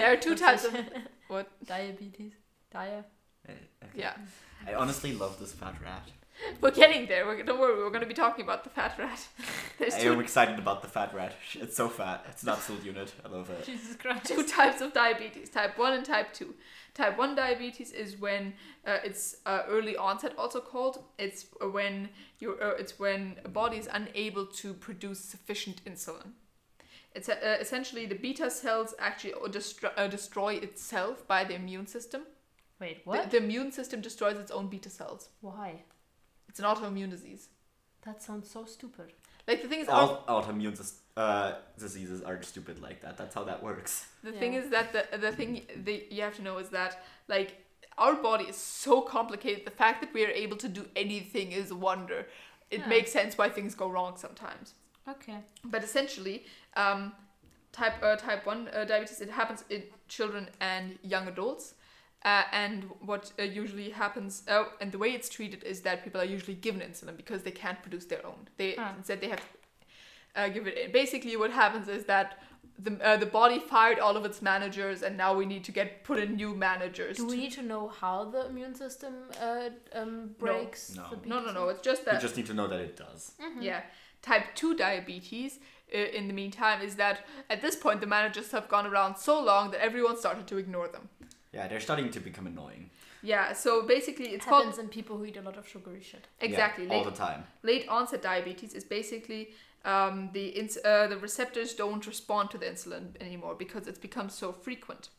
Speaker 2: are two types of what?
Speaker 1: Diabetes. Dia.
Speaker 3: Uh, okay.
Speaker 2: Yeah,
Speaker 3: I honestly love this fat rat.
Speaker 2: we're getting there. We're, don't worry, we're going to be talking about the fat rat. There's
Speaker 3: I
Speaker 2: two
Speaker 3: am excited about the fat rat. It's so fat. It's an absolute unit. I love it.
Speaker 1: Jesus Christ.
Speaker 2: two types of diabetes type 1 and type 2 type 1 diabetes is when uh, it's uh, early onset also called it's uh, when your uh, it's when a body is unable to produce sufficient insulin it's uh, uh, essentially the beta cells actually o- destro- uh, destroy itself by the immune system
Speaker 1: Wait,
Speaker 2: The-
Speaker 1: what?
Speaker 2: the immune system destroys its own beta cells
Speaker 1: Why?
Speaker 2: it's an autoimmune disease
Speaker 1: That sounds so stupid.
Speaker 2: like the thing is our
Speaker 3: All autoimmune dis- uh, diseases are stupid like that. That's how that works.
Speaker 2: The thing
Speaker 1: Yeah.
Speaker 2: is that the the thing that you have to know is that like our body is so complicated. The fact that we are able to do anything is a wonder. It
Speaker 1: Yeah.
Speaker 2: makes sense why things go wrong sometimes.
Speaker 1: Okay.
Speaker 2: But essentially, um, type uh, type one uh, diabetes it happens in children and young adults. Uh, and what uh, usually happens, uh, and the way it's treated is that people are usually given insulin because they can't produce their own. They
Speaker 1: Ah.
Speaker 2: instead they have uh, give it. Basically, what happens is that the uh, the body fired all of its managers, and now we need to get put in new managers.
Speaker 1: Do
Speaker 2: to-
Speaker 1: we need to know how the immune system uh, um, breaks
Speaker 3: No.
Speaker 1: the
Speaker 3: No,
Speaker 2: no, no,
Speaker 1: beta
Speaker 2: no. It's just that.
Speaker 3: You just need to know that it does.
Speaker 2: Yeah. Type 2 diabetes, uh, in the meantime, is that at this point the managers have gone around so long that everyone started to ignore them.
Speaker 3: Yeah, they're starting to become annoying.
Speaker 2: Yeah, so basically
Speaker 1: It
Speaker 2: it's
Speaker 1: happens
Speaker 2: called.
Speaker 1: in people who eat a lot of sugary shit.
Speaker 3: Yeah,
Speaker 2: Exactly.
Speaker 3: all
Speaker 2: late,
Speaker 3: the time.
Speaker 2: late onset diabetes is basically um, the, ins- uh, the receptors don't respond to the insulin anymore because it's become so frequent.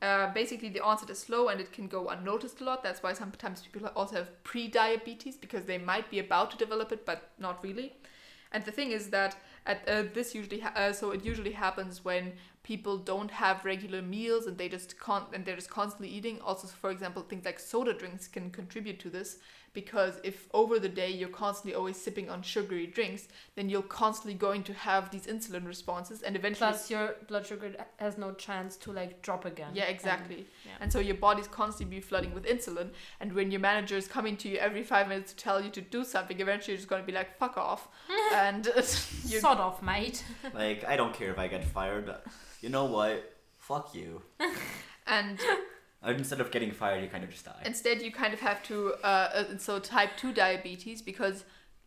Speaker 2: Uh, basically, the onset is slow and it can go unnoticed a lot. That's why sometimes people also have pre diabetes because they might be about to develop it, but not really. And the thing is that at, uh, this usually ha- uh, so it usually happens when people don't have regular meals and they just con- and they're just constantly eating. Also, for example, things like soda drinks can contribute to this because if over the day you're constantly always sipping on sugary drinks, then you're constantly going to have these insulin responses and eventually
Speaker 1: Plus, your blood sugar has no chance to like drop again.
Speaker 2: yeah, exactly.
Speaker 1: yeah.
Speaker 2: And so your body's constantly be flooding with insulin. And when your manager is coming to you every five minutes to tell you to do something, eventually you're just going to be like, fuck off. and you're,
Speaker 1: Sod off, mate.
Speaker 3: like I don't care if I get fired. You know what? Fuck you.
Speaker 2: and
Speaker 3: Instead of getting fired, you kind of just die.
Speaker 2: instead, you kind of have to, uh, uh, and so type 2 diabetes, because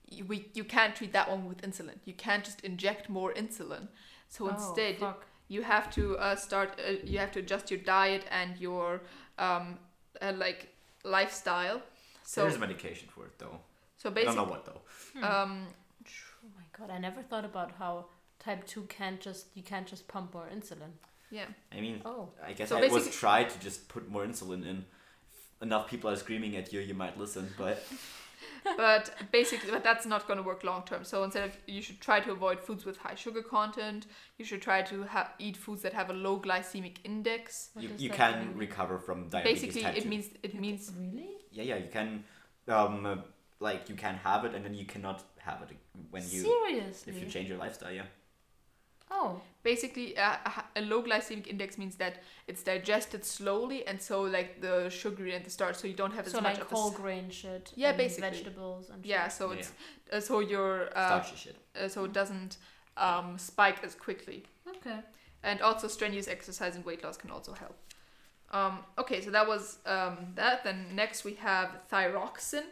Speaker 2: you, we, you can't treat that one with insulin. You can't just inject more insulin. So instead,
Speaker 1: Oh, fuck.
Speaker 2: you have to uh, start uh, you have to adjust your diet and your um, uh, like lifestyle so
Speaker 3: There's medication for it though.
Speaker 2: so
Speaker 3: I don't know
Speaker 2: basically
Speaker 3: what though.
Speaker 2: um,
Speaker 1: Hmm. Oh my god, I never thought about how type 2 can't just, you can't just pump more insulin.
Speaker 2: yeah
Speaker 3: I mean,
Speaker 1: Oh.
Speaker 3: I guess
Speaker 2: So
Speaker 3: I was
Speaker 2: basically-
Speaker 3: tried to just put more insulin in. If enough people are screaming at you, you might listen. But
Speaker 2: but basically but that's not going to work long term so instead of you should try to avoid foods with high sugar content you should try to ha- eat foods that have a low glycemic index
Speaker 1: What
Speaker 3: you,
Speaker 1: does
Speaker 3: you
Speaker 1: that
Speaker 3: can
Speaker 1: mean?
Speaker 3: recover from diabetes.
Speaker 2: basically
Speaker 3: type
Speaker 2: it
Speaker 3: 2.
Speaker 2: means it means
Speaker 1: Really?
Speaker 3: yeah, yeah, you can, um, uh, like you can have it, and then you cannot have it when you
Speaker 1: Seriously?
Speaker 3: if you change your lifestyle. Yeah,
Speaker 1: oh.
Speaker 2: basically uh, a h- a low glycemic index means that it's digested slowly and so like the sugary and the starch so you don't have as
Speaker 1: So
Speaker 2: much
Speaker 1: like
Speaker 2: of the
Speaker 1: whole grain shit.
Speaker 2: Yeah,
Speaker 1: and
Speaker 2: basically.
Speaker 1: Vegetables and shit.
Speaker 2: Yeah, so
Speaker 3: Yeah,
Speaker 2: it's uh, so your uh,
Speaker 3: starchy shit.
Speaker 2: uh, so it doesn't um, spike as quickly,
Speaker 1: Okay.
Speaker 2: and also strenuous exercise and weight loss can also help. Um, okay, so that was um, that. Then next we have thyroxin.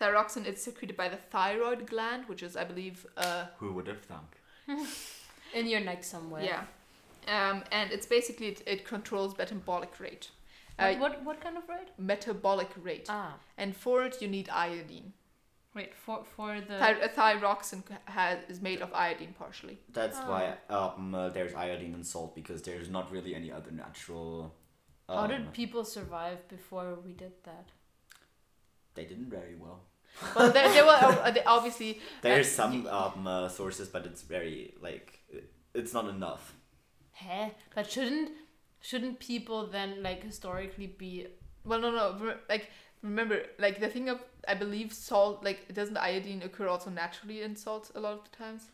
Speaker 2: Thyroxin is secreted by the thyroid gland, which is, I believe, uh,
Speaker 3: Who would have thunk?
Speaker 1: In your neck somewhere.
Speaker 2: yeah, um, and it's basically it, it controls metabolic rate,
Speaker 1: What,
Speaker 2: Uh,
Speaker 1: what, what kind of rate?
Speaker 2: metabolic rate,
Speaker 1: Ah.
Speaker 2: and for it you need iodine.
Speaker 1: Wait, for, for the.
Speaker 2: Thy- uh, thyroxin has, is made of iodine partially.
Speaker 3: That's
Speaker 1: Oh.
Speaker 3: why um, uh, there's iodine in salt because there's not really any other natural. Um,
Speaker 1: how did people survive before we did that?
Speaker 3: they didn't very well.
Speaker 2: Well, there, there were uh, they obviously
Speaker 3: There's
Speaker 2: Uh,
Speaker 3: some
Speaker 2: y-
Speaker 3: um, uh, sources, but it's very like it- it's not enough.
Speaker 1: Heh? But shouldn't shouldn't people then like historically be
Speaker 2: Well, no, no. re- Like remember, like the thing of I believe salt. Like doesn't iodine occur also naturally in salt a lot of the times?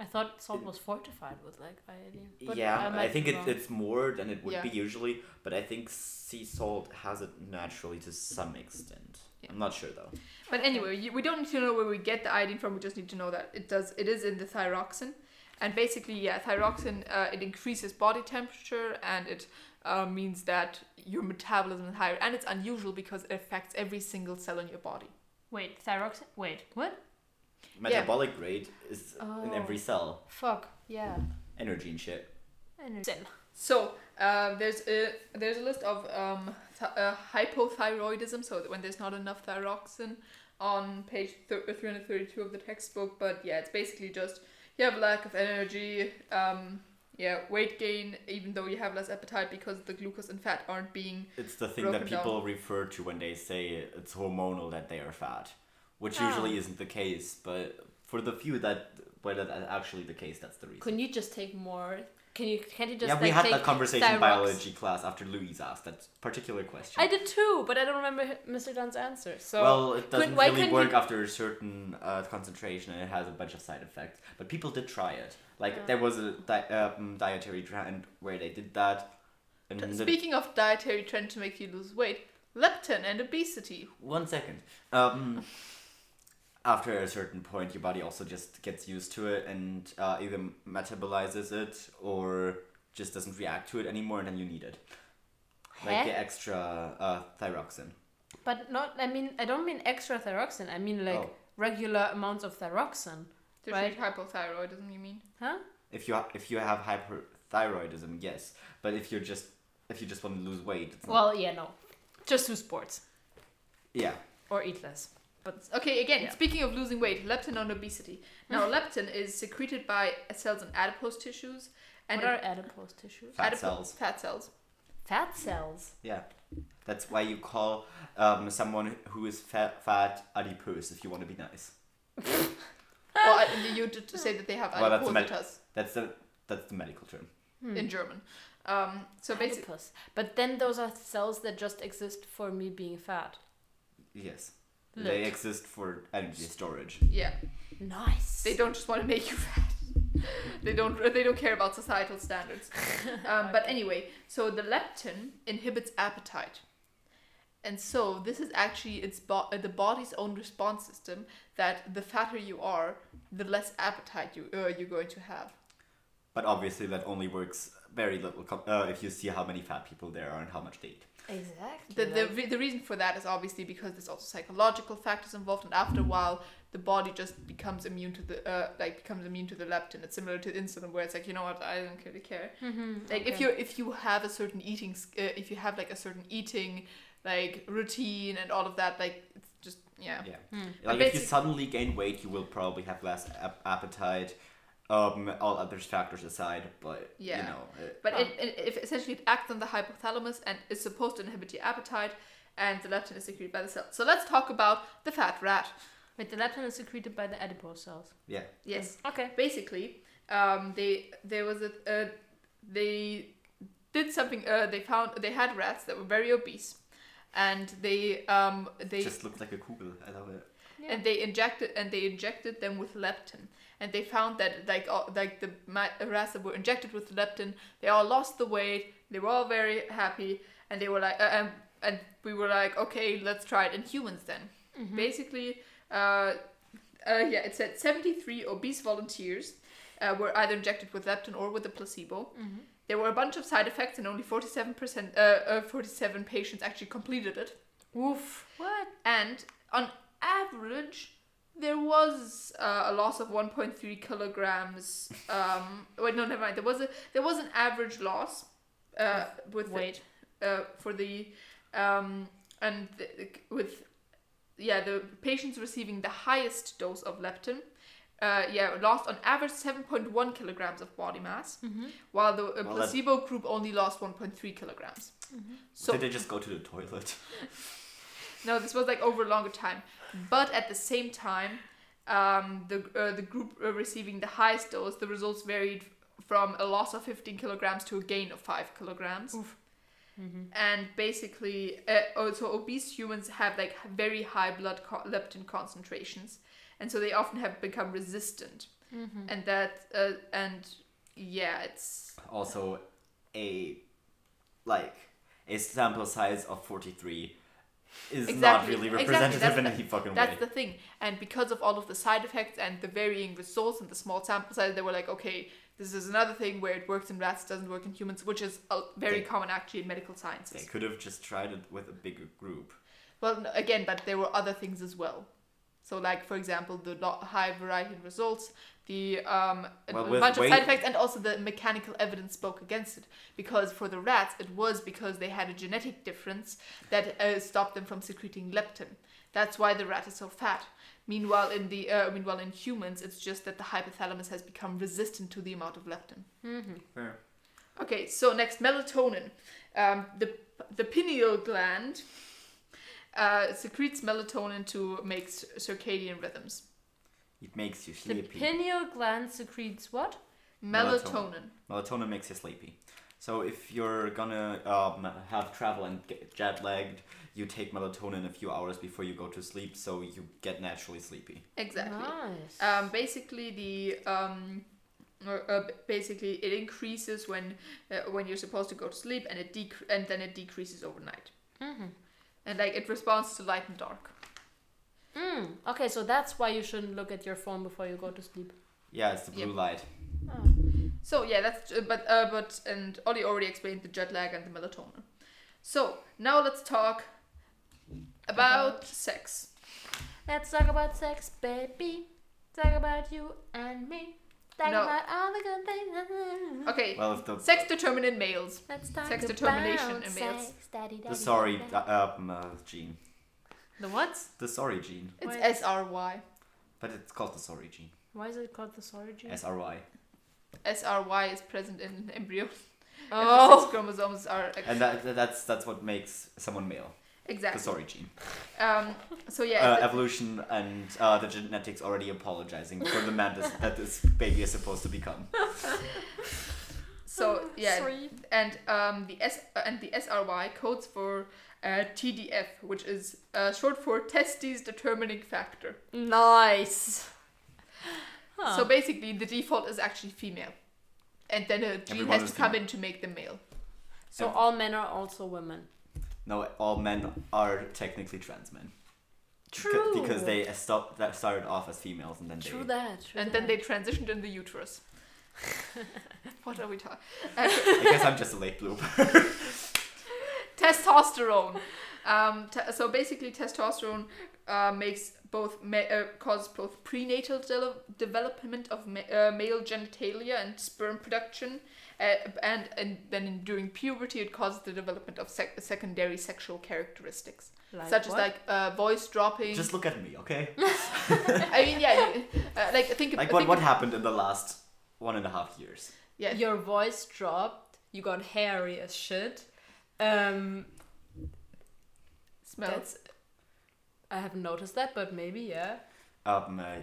Speaker 1: I thought salt was fortified with like iodine. But
Speaker 3: yeah, I,
Speaker 1: might
Speaker 3: think
Speaker 1: be
Speaker 3: it,
Speaker 1: wrong.
Speaker 3: it's more than it would
Speaker 2: Yeah.
Speaker 3: be usually, but I think sea salt has it naturally to some extent.
Speaker 2: Yeah.
Speaker 3: I'm not sure though.
Speaker 2: But anyway, you, we don't need to know where we get the iodine from. We just need to know that it does. It is in the thyroxin, and basically, yeah, thyroxin uh, it increases body temperature and it uh, means that your metabolism is higher. And it's unusual because it affects every single cell in your body.
Speaker 1: Wait, thyroxin. Wait, what?
Speaker 3: Metabolic rate is in
Speaker 1: Oh.
Speaker 3: every cell,
Speaker 1: Fuck. Yeah.
Speaker 3: energy and shit.
Speaker 1: Energy.
Speaker 2: So uh, there's a there's a list of um, th- uh, hypothyroidism. So when there's not enough thyroxin, on page th- uh, 332 of the textbook. But yeah, it's basically just you have lack of energy. Um, yeah, weight gain, even though you have less appetite because the glucose and fat aren't being.
Speaker 3: It's the thing that
Speaker 2: Broken down.
Speaker 3: people refer to when they say it's hormonal that they are fat, which
Speaker 1: Ah.
Speaker 3: usually isn't the case. But for the few that where that's actually the case, that's the reason.
Speaker 1: Couldn't you just take more? Can you? Can't you just?
Speaker 3: yeah,
Speaker 1: like,
Speaker 3: we had
Speaker 1: take
Speaker 3: that conversation in
Speaker 1: thyrox-
Speaker 3: biology class after Louise asked that particular question.
Speaker 1: I did too, but I don't remember h- Mr. Dunn's answer. So
Speaker 3: well, it doesn't
Speaker 1: why
Speaker 3: really
Speaker 1: couldn't
Speaker 3: work
Speaker 1: you-
Speaker 3: after a certain uh, concentration, and it has a bunch of side effects. But people did try it. Like
Speaker 1: Yeah.
Speaker 3: there was a di- um, dietary trend where they did that. And the-
Speaker 2: Speaking of dietary trend to make you lose weight, leptin and obesity.
Speaker 3: one second. Um, after a certain point, your body also just gets used to it and uh, either metabolizes it or just doesn't react to it anymore, and then you need it. Like
Speaker 1: Huh?
Speaker 3: the extra uh, thyroxin.
Speaker 1: but not. I mean, I don't mean extra thyroxin. I mean like
Speaker 3: Oh.
Speaker 1: regular amounts of thyroxin,
Speaker 2: There's
Speaker 1: Right.
Speaker 2: hypothyroidism, you mean?
Speaker 1: huh?
Speaker 3: If you ha- if you have hyperthyroidism, yes. But if you're just if you just want to lose weight, it's not-
Speaker 1: Well, yeah, no, just do sports
Speaker 3: yeah.
Speaker 1: or eat less.
Speaker 2: Okay, again,
Speaker 1: Yeah.
Speaker 2: speaking of losing weight, leptin and obesity. Now, leptin is secreted by cells in adipose tissues and
Speaker 1: what are adipose tissues?
Speaker 3: Fat
Speaker 2: adipo-
Speaker 3: cells.
Speaker 2: Fat cells.
Speaker 1: Fat cells.
Speaker 3: Yeah. That's why you call um, someone who is fat, fat adipose if you want to be nice.
Speaker 2: well, I- you to, to say that they have
Speaker 3: Well, that's a med-
Speaker 2: adipositas
Speaker 3: That's the that's the medical term.
Speaker 2: in German. Um, so basically,
Speaker 1: Hmm. Adipose. But then those are cells that just exist for me being fat.
Speaker 3: Yes.
Speaker 1: Look.
Speaker 3: They exist for energy storage.
Speaker 2: yeah,
Speaker 1: Nice.
Speaker 2: they don't just want to make you fat. they don't. They don't care about societal standards. Um, but anyway, so the leptin inhibits appetite, and so this is actually its bo- uh, the body's own response system that the fatter you are, the less appetite you uh, you're going to have.
Speaker 3: But obviously that only works very little com- uh, if you see how many fat people there are and how much they eat.
Speaker 1: Exactly.
Speaker 2: The, the,
Speaker 1: like-
Speaker 2: re- the reason for that is obviously because there's also psychological factors involved, and after a while, the body just becomes immune to the uh, like becomes immune to the leptin. It's similar to insulin, where it's like you know what, I don't really care. Like if
Speaker 1: hmm, okay.
Speaker 2: you if you have a certain eating s- uh, if you have like a certain eating like routine and all of that, like it's just yeah.
Speaker 3: Yeah.
Speaker 1: Hmm.
Speaker 3: Like if you
Speaker 2: Basic-
Speaker 3: suddenly gain weight, you will probably have less ap- appetite. Um, all other factors aside, but you
Speaker 2: Yeah.
Speaker 3: know, uh,
Speaker 2: But it, it, if essentially it acts on the hypothalamus and is supposed to inhibit your appetite, and the leptin is secreted by the cell. So let's talk about the fat rat.
Speaker 1: Wait, the leptin is secreted by the adipose cells.
Speaker 3: yeah.
Speaker 2: Yes.
Speaker 1: Okay.
Speaker 2: basically um, they there was a uh, they did something uh, they found they had rats that were very obese and they um, they
Speaker 3: Just looked like a kugel. I love it.
Speaker 2: and they injected and they injected them with leptin and they found that like all, like the ma- rats that were injected with leptin they all lost the weight they were all very happy and they were like uh, and, and we were like okay let's try it in humans then
Speaker 1: Mm-hmm.
Speaker 2: basically uh, uh, yeah it said 73 obese volunteers uh, were either injected with leptin or with a placebo
Speaker 1: Mm-hmm.
Speaker 2: there were a bunch of side effects and only 47% uh, uh, 47 patients actually completed it
Speaker 1: Woof. What?
Speaker 2: and on average there was uh, a loss of 1.3 kilograms um wait no never mind there was a there was an average loss uh with the-
Speaker 1: Wait.
Speaker 2: uh, for the um and the, with yeah the patients receiving the highest dose of leptin uh, yeah, lost on average 7.1 kilograms of body mass,
Speaker 1: Mm-hmm.
Speaker 2: while the uh,
Speaker 3: Well, that-
Speaker 2: placebo group only lost 1.3 kilograms. So
Speaker 3: Did they just go to the toilet?
Speaker 2: no, this was like over a longer time, but at the same time, um, the uh, the group uh, receiving the highest dose, the results varied from a loss of 15 kilograms to a gain of five kilograms.
Speaker 1: Mm-hmm.
Speaker 2: And basically, uh, oh, so obese humans have like very high blood co- leptin concentrations, and so they often have become resistant. And that uh, and yeah, it's
Speaker 3: also a like a sample size of 43 is not
Speaker 2: Exactly.
Speaker 3: really
Speaker 2: Exactly.
Speaker 3: representative
Speaker 2: That's
Speaker 3: in
Speaker 2: the-
Speaker 3: any fucking way.
Speaker 2: That's the thing. And because of all of the side effects and the varying results and the small sample size, they were like, okay, this is another thing where it works in rats, doesn't work in humans, which is uh, very
Speaker 3: They-
Speaker 2: common actually in medical
Speaker 3: they
Speaker 2: sciences.
Speaker 3: could have just tried it with a bigger group.
Speaker 2: Well, no, again, but there were other things as well. So, like for example, the lo- high variety in results, the um, a
Speaker 3: Well, with
Speaker 2: bunch of
Speaker 3: weight-
Speaker 2: side effects, and also the mechanical evidence spoke against it. Because for the rats, it was because they had a genetic difference that uh, stopped them from secreting leptin. That's why the rat is so fat. Meanwhile, in the uh, meanwhile in humans, it's just that the hypothalamus has become resistant to the amount of leptin.
Speaker 1: Mm-hmm.
Speaker 3: Fair.
Speaker 2: Okay, so next melatonin. Um, the the pineal gland uh, secretes melatonin to make c- circadian rhythms.
Speaker 3: It makes you
Speaker 1: The
Speaker 3: sleepy.
Speaker 1: pineal gland secretes what?
Speaker 2: Melatonin.
Speaker 3: Melatonin. Melatonin makes you sleepy. So if you're gonna um, have travel and get jet lagged, you take melatonin a few hours before you go to sleep, so you get naturally sleepy.
Speaker 2: Exactly.
Speaker 1: Nice.
Speaker 2: Um, basically, the um, or, uh, basically it increases when uh, when you're supposed to go to sleep, and it dec- and then it decreases overnight.
Speaker 1: Mm-hmm.
Speaker 2: And like it responds to light and dark.
Speaker 1: Mm, okay, so that's why you shouldn't look at your phone before you go to sleep.
Speaker 3: Yeah, it's the blue
Speaker 2: Yep.
Speaker 3: light.
Speaker 1: Oh.
Speaker 2: So yeah, that's uh, but uh, but and Ollie already explained the jet lag and the melatonin. So now let's talk about,
Speaker 1: About-
Speaker 2: sex.
Speaker 1: Let's talk about sex, baby. Talk about you and me. Talk
Speaker 2: No.
Speaker 1: about all the good things.
Speaker 2: Okay,
Speaker 3: Well, if the
Speaker 2: sex determinant males.
Speaker 1: Let's talk
Speaker 2: Sex
Speaker 1: about
Speaker 2: determination in males.
Speaker 1: sex, daddy, daddy,
Speaker 3: the sorry
Speaker 1: daddy.
Speaker 3: uh, um, uh, gene,
Speaker 1: The what?
Speaker 3: the sorry gene,
Speaker 2: It's
Speaker 1: Wait.
Speaker 2: SRY.
Speaker 3: but it's called the sorry gene.
Speaker 1: Why is it called the sorry gene?
Speaker 3: S R Y.
Speaker 2: SRY is present in embryo.
Speaker 1: Oh,
Speaker 2: If the chromosomes are
Speaker 3: and that, that's that's what makes someone male. The
Speaker 2: exactly.
Speaker 3: sorry gene.
Speaker 2: Um, so yeah,
Speaker 3: Uh,
Speaker 2: it's-
Speaker 3: evolution and uh, the genetics already apologizing for the man this, that this baby is supposed to become.
Speaker 2: so yeah,
Speaker 1: Sorry.
Speaker 2: and um, the S uh, and the SRY codes for uh, TDF, which is uh, short for testes determining factor.
Speaker 1: Nice.
Speaker 2: So basically, the default is actually female, and then a gene
Speaker 3: Everyone
Speaker 2: has
Speaker 3: is
Speaker 2: to come
Speaker 3: female.
Speaker 2: in to make them male.
Speaker 1: So all men are also women.
Speaker 3: No, all men are technically trans men. Beca-
Speaker 1: True.
Speaker 3: Because they stop, that started off as females and then
Speaker 1: True
Speaker 3: they.
Speaker 1: that. True that.
Speaker 2: And then they transitioned in the uterus. what are we uh, talking?
Speaker 3: I guess I'm just a late bloomer.
Speaker 2: testosterone. Um, te- so basically, testosterone uh, makes both ma- uh, causes both prenatal de- development of ma- uh, male genitalia and sperm production, uh, and and then in, during puberty, it causes the development of sec- secondary sexual characteristics,
Speaker 1: Like
Speaker 2: such
Speaker 1: what?
Speaker 2: as like uh, voice dropping.
Speaker 3: Just look at me, okay?
Speaker 2: I mean, yeah, you- uh, like think of-
Speaker 3: Like
Speaker 2: think
Speaker 3: what, what
Speaker 2: of-
Speaker 3: happened in the last one and a half years?
Speaker 2: yeah,
Speaker 1: your voice dropped. You got hairy as shit. Um,
Speaker 2: smell.
Speaker 1: that's. I haven't noticed that, but maybe yeah.
Speaker 3: Um, uh,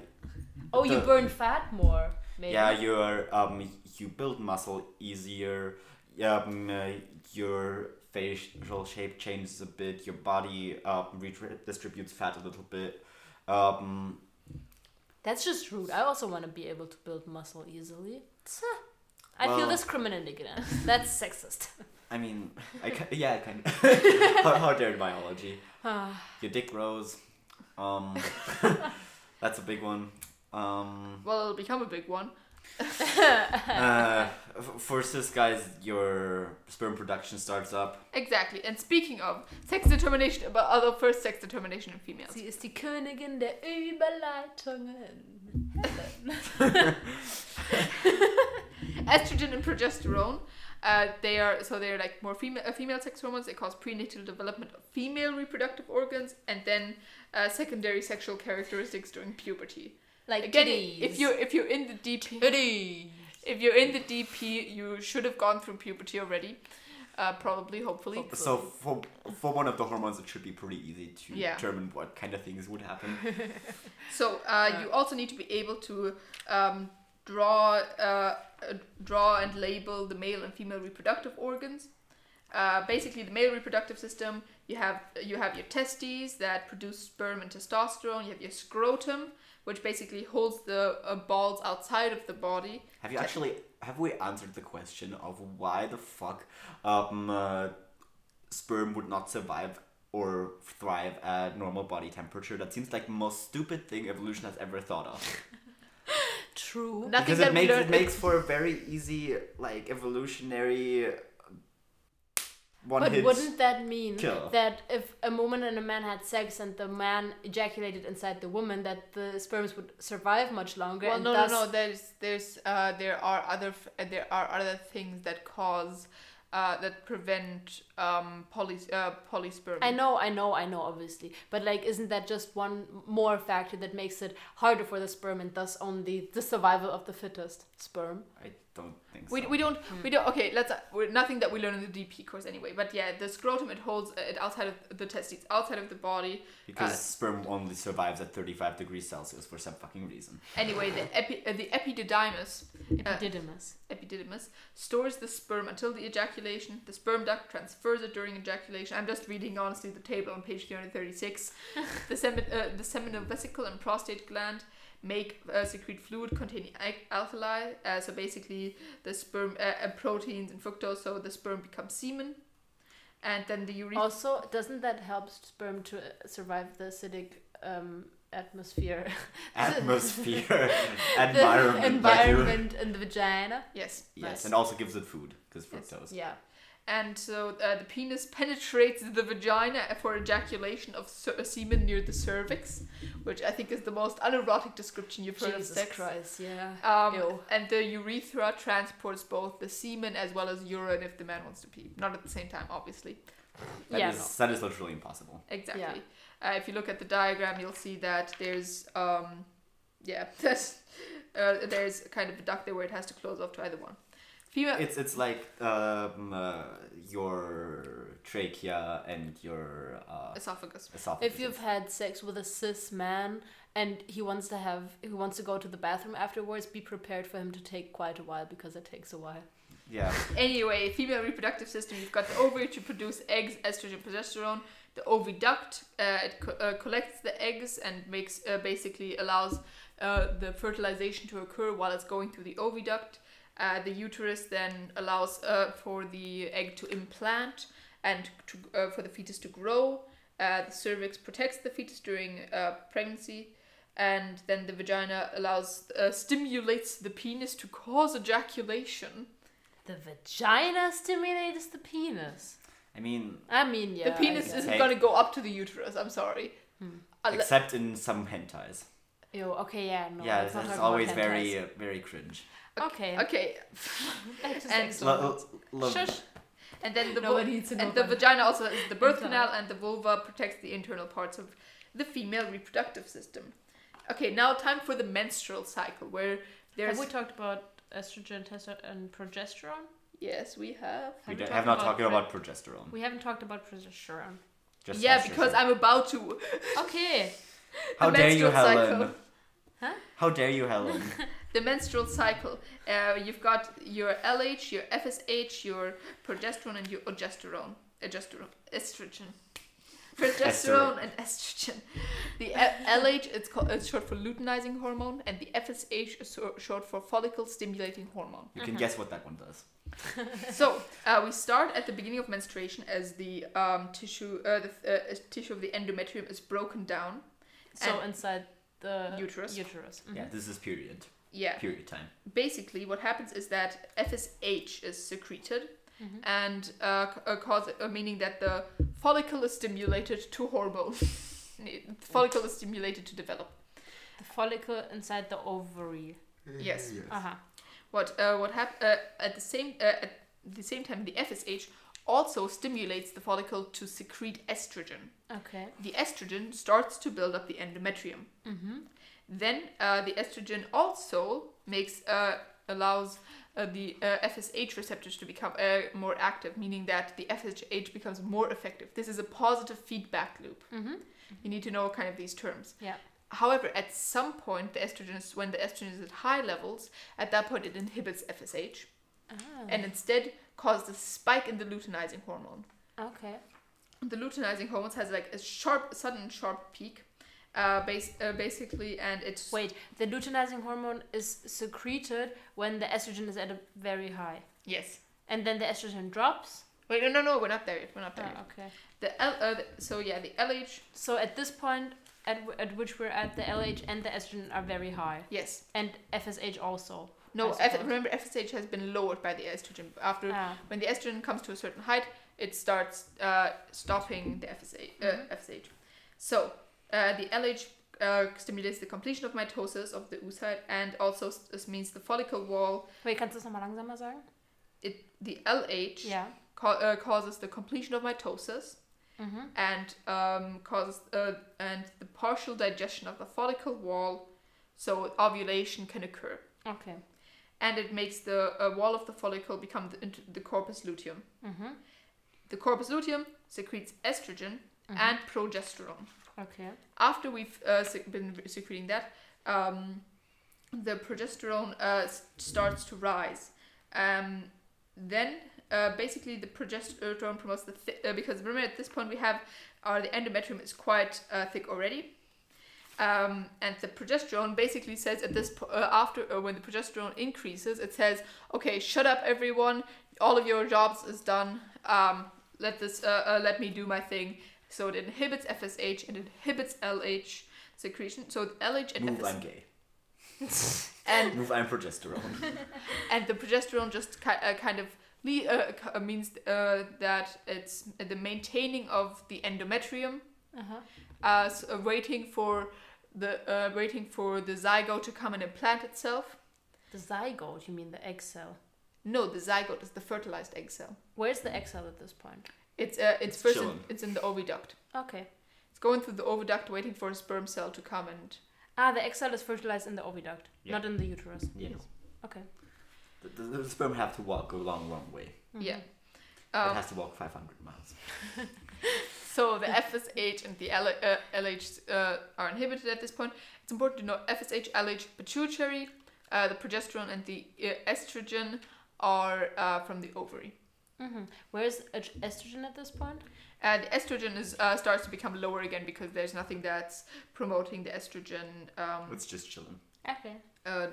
Speaker 1: Oh, you
Speaker 3: The-
Speaker 1: burn fat more. Maybe.
Speaker 3: yeah, you're um, you build muscle easier. Um, uh, your facial shape changes a bit. Your body um, redistributes fat a little bit. Um,
Speaker 1: That's just rude. I also want to be able to build muscle easily. Tsa. I feel
Speaker 3: Well-
Speaker 1: discriminated against. That's sexist.
Speaker 3: I mean, I ki- yeah, kind of. how, how dare biology? Your dick grows. Um, that's a big one. Um,
Speaker 2: Well, it'll become a big one.
Speaker 3: uh, f- for cis guys, your sperm production starts up.
Speaker 2: Exactly. And speaking of sex determination, but although first sex determination in females.
Speaker 1: Sie ist die Königin der Überleitungen. Helen.
Speaker 2: estrogen and progesterone uh, they are so they're like more female uh, female sex hormones they cause prenatal development of female reproductive organs and then uh, secondary sexual characteristics during puberty
Speaker 1: Like
Speaker 2: again
Speaker 1: titties.
Speaker 2: if you're if you're in the dp
Speaker 1: Titties.
Speaker 2: if you're in the dp you should have gone through puberty already uh, probably hopefully
Speaker 3: So for for one of the hormones, it should be pretty easy to
Speaker 2: Yeah.
Speaker 3: determine what kind of things would happen.
Speaker 2: So uh, you also need to be able to um, draw, uh, uh, draw and label the male and female reproductive organs. Uh, basically, the male reproductive system. You have you have your testes that produce sperm and testosterone. You have your scrotum, which basically holds the uh, balls outside of the body.
Speaker 3: Have you actually have we answered the question of why the fuck um, uh, sperm would not survive or thrive at normal body temperature? That seems like the most stupid thing evolution has ever thought of.
Speaker 1: True.
Speaker 2: Nothing
Speaker 3: because
Speaker 2: that
Speaker 3: it makes
Speaker 2: we
Speaker 3: it
Speaker 2: learned.
Speaker 3: makes for a very easy like evolutionary one
Speaker 1: But
Speaker 3: hit.
Speaker 1: wouldn't that mean
Speaker 3: kill.
Speaker 1: that if a woman and a man had sex and the man ejaculated inside the woman, that the sperms would survive much longer?
Speaker 2: Well,
Speaker 1: and
Speaker 2: no, no,
Speaker 1: thus
Speaker 2: no. There's, there's, uh, there are other, f- uh, there are other things that cause, uh, that prevent um, poly, uh, polyspermy.
Speaker 1: I know, I know, I know, obviously. But like, isn't that just one more factor that makes it harder for the sperm and thus only the survival of the fittest sperm?
Speaker 3: I don't think so.
Speaker 2: We, uh, we don't we don't okay let's uh, we're, nothing that we learn in the DP course anyway but yeah the scrotum it holds uh, it outside of the testes outside of the body
Speaker 3: because
Speaker 2: uh,
Speaker 3: sperm only survives at 35 degrees Celsius for some fucking reason.
Speaker 2: anyway the epi, uh, the epididymis uh,
Speaker 1: Didymus.
Speaker 2: epididymis stores the sperm until the ejaculation the sperm duct transfers it during ejaculation I'm just reading honestly the table on page 336 the semin uh, the seminal vesicle and prostate gland make uh, secrete fluid containing al- alkali uh, so basically the sperm uh, uh, proteins and fructose so the sperm becomes semen and then the urethra
Speaker 1: Also, doesn't that help sperm to uh, survive the acidic um, atmosphere?
Speaker 3: Atmosphere,
Speaker 1: the
Speaker 3: environment, like you-
Speaker 1: environment in the vagina?
Speaker 2: yes
Speaker 3: Yes,
Speaker 1: Nice.
Speaker 3: and also gives it food because
Speaker 2: Yes.
Speaker 3: fructose.
Speaker 1: Yeah.
Speaker 2: and so uh, the penis penetrates the vagina for ejaculation of ser- semen near the cervix which i think is the most unerotic description you've heard of
Speaker 1: Jesus
Speaker 2: sex
Speaker 1: Christ, yeah.
Speaker 2: Um,
Speaker 1: Ew.
Speaker 2: and the urethra transports both the semen as well as urine if the man wants to pee. Not at the same time, obviously.
Speaker 3: That
Speaker 1: Yeah.
Speaker 3: is- that is literally impossible.
Speaker 2: Exactly. Uh, if you look at the diagram, you'll see that there's, um, yeah, that's, uh, there's kind of a duct there where it has to close off to either one. Female.
Speaker 3: It's it's like um, uh, trachea and your uh,
Speaker 2: Esophagus.
Speaker 3: esophagus.
Speaker 1: If you've had sex with a cis man and he wants to have he wants to go to the bathroom afterwards, be prepared for him to take quite a while because it takes a while.
Speaker 3: yeah,
Speaker 2: Anyway, female reproductive system. You've got the ovary to produce eggs, estrogen, progesterone. The oviduct uh, it co- uh, collects the eggs and makes uh, basically allows uh, the fertilization to occur while it's going through the oviduct. Uh, the uterus then allows uh, for the egg to implant and to, uh, for the fetus to grow. Uh, the cervix protects the fetus during uh, pregnancy, and then the vagina allows uh, stimulates the penis to cause ejaculation.
Speaker 1: The vagina stimulates the penis.
Speaker 3: I mean,
Speaker 1: I mean, yeah.
Speaker 2: the penis
Speaker 1: I guess.
Speaker 2: isn't
Speaker 3: Take-
Speaker 2: gonna go up to the uterus. I'm sorry. Unle-
Speaker 3: except in some hentais.
Speaker 1: Ew, okay, yeah, no.
Speaker 3: yeah,
Speaker 1: let's
Speaker 3: it's,
Speaker 1: not talk about
Speaker 3: always
Speaker 1: hentais.
Speaker 3: very uh, very cringe.
Speaker 1: okay.
Speaker 2: okay,
Speaker 1: That's just
Speaker 2: and-
Speaker 1: excellent.
Speaker 3: Lo- lo-
Speaker 2: shush. And then the vul-
Speaker 1: Nobody needs to know
Speaker 2: and the
Speaker 1: that.
Speaker 2: vagina also has the birth
Speaker 1: Sorry.
Speaker 2: canal, and the vulva protects the internal parts of the female reproductive system. Okay, now time for the menstrual cycle, where there's
Speaker 1: Have we talked about estrogen, testosterone, and progesterone?
Speaker 2: yes, we have.
Speaker 3: we
Speaker 1: Have we
Speaker 3: don't, have
Speaker 1: talked
Speaker 3: not
Speaker 1: about pre-
Speaker 3: talking about progesterone.
Speaker 1: We haven't talked about progesterone.
Speaker 3: Just
Speaker 2: yeah,
Speaker 3: testosterone.
Speaker 2: because I'm about to.
Speaker 1: Okay.
Speaker 3: How
Speaker 2: the
Speaker 3: dare you,
Speaker 2: menstrual
Speaker 3: Helen?
Speaker 2: cycle.
Speaker 1: Huh?
Speaker 3: How dare you, Helen?
Speaker 2: The menstrual cycle. Uh, you've got your LH, your FSH, your progesterone, and your ogesterone. Ogesterone. Estrogen. Progesterone and estrogen. The e- LH, it's, called, it's short for luteinizing hormone, and the FSH is so- short for follicle stimulating hormone.
Speaker 3: You can guess what that one does.
Speaker 2: So uh, we start at the beginning of menstruation as the um, tissue, uh, the uh, tissue of the endometrium is broken down.
Speaker 1: So
Speaker 2: And-
Speaker 1: inside the
Speaker 2: Uterus.
Speaker 1: Uterus. Mm-hmm.
Speaker 3: Yeah, this is period.
Speaker 2: Yeah.
Speaker 3: Period time.
Speaker 2: basically what happens is that FSH is secreted
Speaker 1: Mm-hmm.
Speaker 2: and uh, c- uh, cause uh, meaning that the follicle is stimulated to hormone. It- follicle is stimulated to develop.
Speaker 1: The follicle inside the ovary.
Speaker 2: Yes.
Speaker 1: Uh huh.
Speaker 2: What uh, what hap- uh, at the same uh, at the same time the FSH also stimulates the follicle to secrete estrogen.
Speaker 1: Okay.
Speaker 2: The estrogen starts to build up the endometrium.
Speaker 1: Mm-hmm.
Speaker 2: Then uh, the estrogen also makes uh, allows uh, the uh, FSH receptors to become uh, more active, meaning that the FSH becomes more effective. This is a positive feedback loop.
Speaker 1: Mm-hmm.
Speaker 2: You need to know kind of these terms.
Speaker 1: Yeah.
Speaker 2: However, at some point, the estrogen is when the estrogen is at high levels. At that point, it inhibits FSH and
Speaker 1: Mm.
Speaker 2: instead causes a spike in the luteinizing hormone
Speaker 1: Ah, okay.
Speaker 2: the luteinizing hormones has like a sharp, sudden, sharp peak, uh, base, uh, basically, and it's
Speaker 1: Wait, the luteinizing hormone is secreted when the estrogen is at a very high,
Speaker 2: yes.
Speaker 1: and then the estrogen drops.
Speaker 2: Wait, no, no, no, we're not there yet. We're not
Speaker 1: Oh,
Speaker 2: there. yet.
Speaker 1: okay.
Speaker 2: The L, uh, the, so yeah, the LH,
Speaker 1: So at this point, at, w- at which we're at, the LH and the estrogen are very high,
Speaker 2: yes.
Speaker 1: and FSH also.
Speaker 2: No,
Speaker 1: I
Speaker 2: F,
Speaker 1: suppose.
Speaker 2: remember FSH has been lowered by the estrogen. After
Speaker 1: Ah.
Speaker 2: when the estrogen comes to a certain height, it starts uh, stopping the FSH. Uh,
Speaker 1: Mm-hmm.
Speaker 2: FSH. So uh, the LH uh, stimulates the completion of mitosis of the oocyte, and also s- this means the follicle wall.
Speaker 1: Wait, kannst du es nochmal langsamer sagen?
Speaker 2: It the LH.
Speaker 1: Yeah.
Speaker 2: ca- uh, causes the completion of mitosis
Speaker 1: Mhm.
Speaker 2: and um, causes uh, and the partial digestion of the follicle wall, so ovulation can occur.
Speaker 1: Okay.
Speaker 2: And it makes the uh, wall of the follicle become the, into the corpus luteum.
Speaker 1: Mhm.
Speaker 2: The corpus luteum secretes estrogen
Speaker 1: Mm-hmm.
Speaker 2: and progesterone.
Speaker 1: Okay.
Speaker 2: After we've uh, sec- been secreting that, um, the progesterone uh, s- starts to rise. Um, then uh, basically the progesterone promotes the thi- uh, because remember at this point we have our the endometrium is quite uh, thick already. Um, and the progesterone basically says at this po- uh, after uh, when the progesterone increases, it says, "Okay, shut up, everyone. All of your jobs is done. Um, let this uh, uh, let me do my thing." So it inhibits FSH and inhibits LH secretion. So the LH and
Speaker 3: Move,
Speaker 2: FSH
Speaker 3: I'm gay.
Speaker 2: and
Speaker 3: Move, I'm progesterone.
Speaker 2: and the progesterone just ki- uh, kind of le- uh, k- uh, means uh, that it's uh, the maintaining of the endometrium
Speaker 1: Uh huh.
Speaker 2: as uh, waiting for the uh, waiting for the zygote to come and implant itself
Speaker 1: The zygote, you mean the egg cell?
Speaker 2: no the zygote is the fertilized egg cell
Speaker 1: Where's the egg cell at this point?
Speaker 2: it's uh, it's, first in,
Speaker 3: chilling.
Speaker 2: it's in the oviduct
Speaker 1: Okay.
Speaker 2: it's going through the oviduct waiting for a sperm cell to come and
Speaker 1: Ah, the egg cell is fertilized in the oviduct,
Speaker 3: Yeah.
Speaker 1: not in the uterus.
Speaker 3: you know,
Speaker 1: Okay. Mm-hmm.
Speaker 3: the, the, the sperm have to walk a long, long way.
Speaker 2: yeah
Speaker 3: It
Speaker 2: Um,
Speaker 3: has to walk 500 miles.
Speaker 2: so the FSH and the L- uh, LH uh, are inhibited at this point. It's important to know FSH, LH, pituitary, uh, the progesterone, and the uh, estrogen are uh, from the ovary.
Speaker 1: Mm-hmm. Where's est- estrogen at this point?
Speaker 2: And estrogen is uh, starts to become lower again because there's nothing that's promoting the estrogen. Um,
Speaker 3: It's just chilling.
Speaker 1: Okay.
Speaker 2: uh,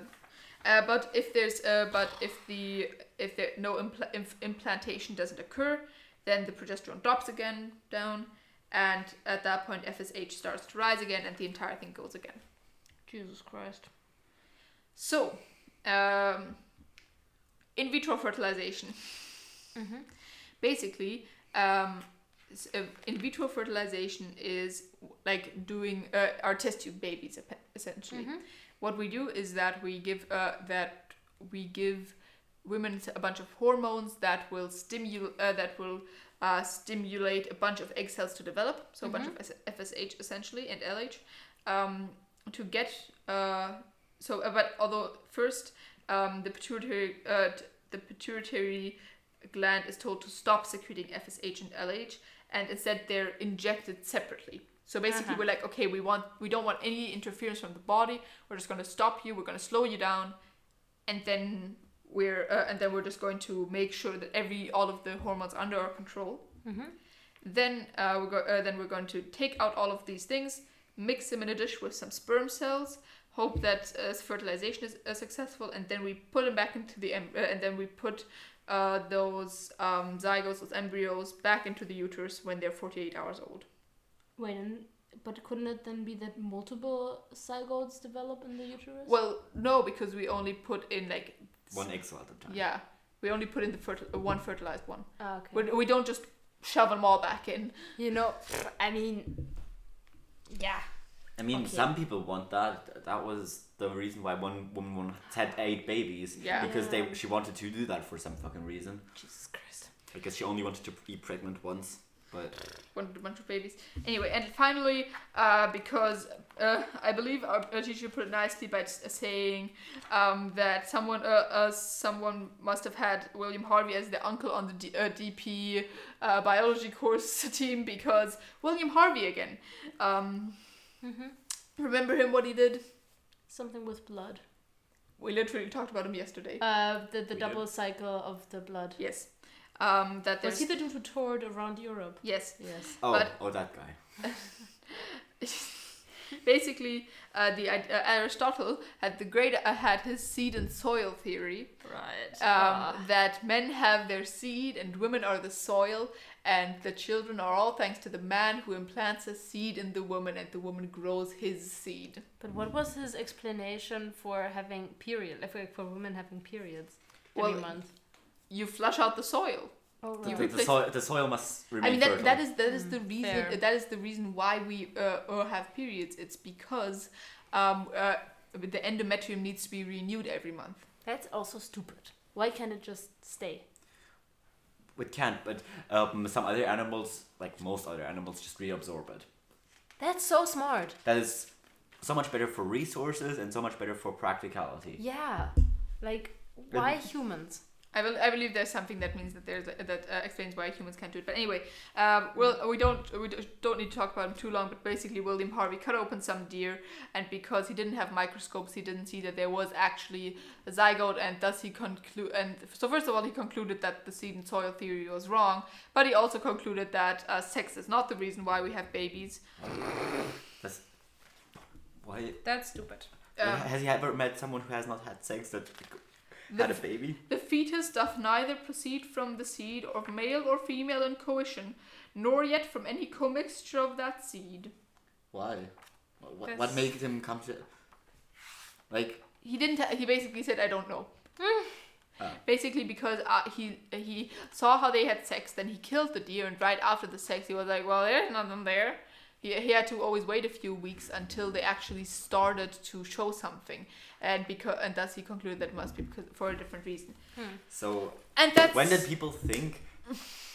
Speaker 2: uh, but if there's uh, but if the if there no impl- inf- implantation doesn't occur, then the progesterone drops again down, and at that point FSH starts to rise again, and the entire thing goes again.
Speaker 1: Jesus Christ.
Speaker 2: So, um, in vitro fertilization.
Speaker 1: Mm-hmm.
Speaker 2: basically um, s- uh, in vitro fertilization is like doing uh, our test tube babies epe- essentially
Speaker 1: Mm-hmm.
Speaker 2: what we do is that we give uh, that we give women a bunch of hormones that will stimulate uh, that will uh, stimulate a bunch of egg cells to develop so a bunch of S- FSH essentially and LH um, to get uh, so uh, but although first um, the pituitary uh, t- the pituitary gland is told to stop secreting FSH and LH and instead they're injected separately so basically
Speaker 1: Uh-huh.
Speaker 2: we're like okay we want we don't want any interference from the body we're just going to stop you we're going to slow you down and then we're uh, and then we're just going to make sure that every all of the hormones are under our control
Speaker 1: Mm-hmm.
Speaker 2: then uh, we're go- uh, then we're going to take out all of these things, mix them in a dish with some sperm cells, hope that uh, fertilization is uh, successful, and then we put them back into the em- uh, and then we put uh, those um, zygotes, those embryos, back into the uterus when they're 48 hours old.
Speaker 1: Wait, and, but couldn't it then be that multiple zygotes develop in the uterus?
Speaker 2: Well, no, because we only put in like
Speaker 3: One egg cell at a time.
Speaker 2: yeah, we only put in the fertil- uh, one fertilized one.
Speaker 1: Ah, okay.
Speaker 2: We, we don't just shove them all back in.
Speaker 1: you know, I mean, yeah.
Speaker 3: I mean,
Speaker 1: Okay.
Speaker 3: some people want that. That was the reason why one woman wanted- had eight babies.
Speaker 2: Yeah.
Speaker 3: Because
Speaker 1: Yeah.
Speaker 3: they she wanted to do that for some fucking reason.
Speaker 1: Jesus Christ.
Speaker 3: I guess she only wanted to be pregnant once. But
Speaker 2: wanted a bunch of babies. Anyway, and finally, uh, because uh, I believe our, our teacher put it nicely by s- saying um, that someone, uh, uh, someone must have had William Harvey as the uncle on the D- uh, DP uh, biology course team because William Harvey again. Um,
Speaker 1: Mm-hmm.
Speaker 2: remember him? What he did?
Speaker 1: Something with blood.
Speaker 2: We literally talked about him yesterday.
Speaker 1: Uh, the the
Speaker 3: We
Speaker 1: double cycle of the blood.
Speaker 2: yes. Um, that
Speaker 1: Was
Speaker 2: there's
Speaker 1: he the dude who toured around Europe?
Speaker 2: yes.
Speaker 1: Yes.
Speaker 3: oh,
Speaker 2: But-
Speaker 3: oh, that guy.
Speaker 2: Basically, uh, the uh, Aristotle had the great uh, had his seed and soil theory,
Speaker 1: Right. Ah.
Speaker 2: um, that men have their seed and women are the soil, and the children are all thanks to the man who implants a seed in the woman, and the woman grows his seed.
Speaker 1: but what was his explanation for having period? like, For, for women having periods every
Speaker 2: Well,
Speaker 1: month.
Speaker 2: You flush out the soil.
Speaker 1: Oh
Speaker 3: The,
Speaker 1: right.
Speaker 3: the, the
Speaker 2: replace-
Speaker 3: soil, the soil must remain
Speaker 2: I mean that,
Speaker 3: fertile.
Speaker 2: that is that is
Speaker 1: Mm,
Speaker 2: the reason
Speaker 1: fair.
Speaker 2: that is the reason why we uh, uh, have periods. It's because um, uh, the endometrium needs to be renewed every month.
Speaker 1: That's also stupid. Why can't it just stay?
Speaker 3: It can't, but um, some other animals, like most other animals, just reabsorb it.
Speaker 1: That's so smart.
Speaker 3: That is so much better for resources and so much better for practicality.
Speaker 1: Yeah. Like why humans?
Speaker 2: I, bel I believe there's something that means that there's that uh, explains why humans can't do it. But anyway, um, well, we don't we d- don't need to talk about him too long. But basically, William Harvey cut open some deer, and because he didn't have microscopes, he didn't see that there was actually a zygote, and thus he conclude. And so first of all, he concluded that the seed and soil theory was wrong. But he also concluded that uh, sex is not the reason why we have babies.
Speaker 3: That's why.
Speaker 2: That's stupid. Um,
Speaker 3: has he ever met someone who has not had sex that
Speaker 2: the
Speaker 3: had a baby?
Speaker 2: The fetus doth neither proceed from the seed of male or female in coition, nor yet from any commixture of that seed.
Speaker 3: Why? What, what,
Speaker 2: That's-
Speaker 3: what made him come to. Like,
Speaker 2: He didn't. he basically said, "I don't know."
Speaker 3: Ah.
Speaker 2: Basically, because uh, he he saw how they had sex, then he killed the deer, and right after the sex, he was like, "Well, there's nothing there." He, he had to always wait a few weeks until they actually started to show something, and because and thus he concluded that it must be because, for a different reason.
Speaker 3: so.
Speaker 2: And that's
Speaker 3: When did people think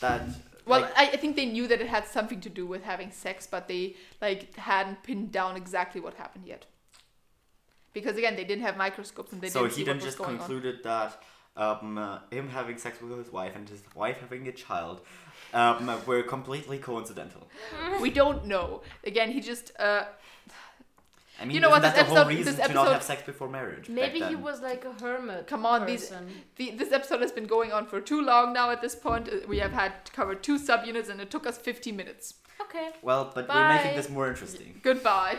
Speaker 3: that.
Speaker 2: Well,
Speaker 3: like,
Speaker 2: I, I think they knew that it had something to do with having sex, but they like hadn't pinned down exactly what happened yet. Because again, they didn't have microscopes and they
Speaker 3: so
Speaker 2: didn't
Speaker 3: he
Speaker 2: see what
Speaker 3: then
Speaker 2: was
Speaker 3: just
Speaker 2: going on.
Speaker 3: concluded that um, uh, him having sex with his wife and his wife having a child um, were completely coincidental.
Speaker 2: we don't know. Again, he just uh,
Speaker 3: I mean,
Speaker 2: You know
Speaker 3: isn't
Speaker 2: what,
Speaker 3: that
Speaker 2: this
Speaker 3: the whole
Speaker 2: episode-
Speaker 3: reason
Speaker 2: this
Speaker 3: to not
Speaker 2: episode-
Speaker 3: have sex before marriage? back
Speaker 1: Maybe he
Speaker 3: then?
Speaker 1: was like a hermit.
Speaker 2: Come on, these-
Speaker 1: person.
Speaker 2: the, this episode has been going on for too long now. At this point, Uh, we have had covered two subunits, and it took us 50 minutes.
Speaker 1: Okay.
Speaker 3: Well, but we're
Speaker 1: Bye.
Speaker 3: making this more interesting.
Speaker 2: Goodbye.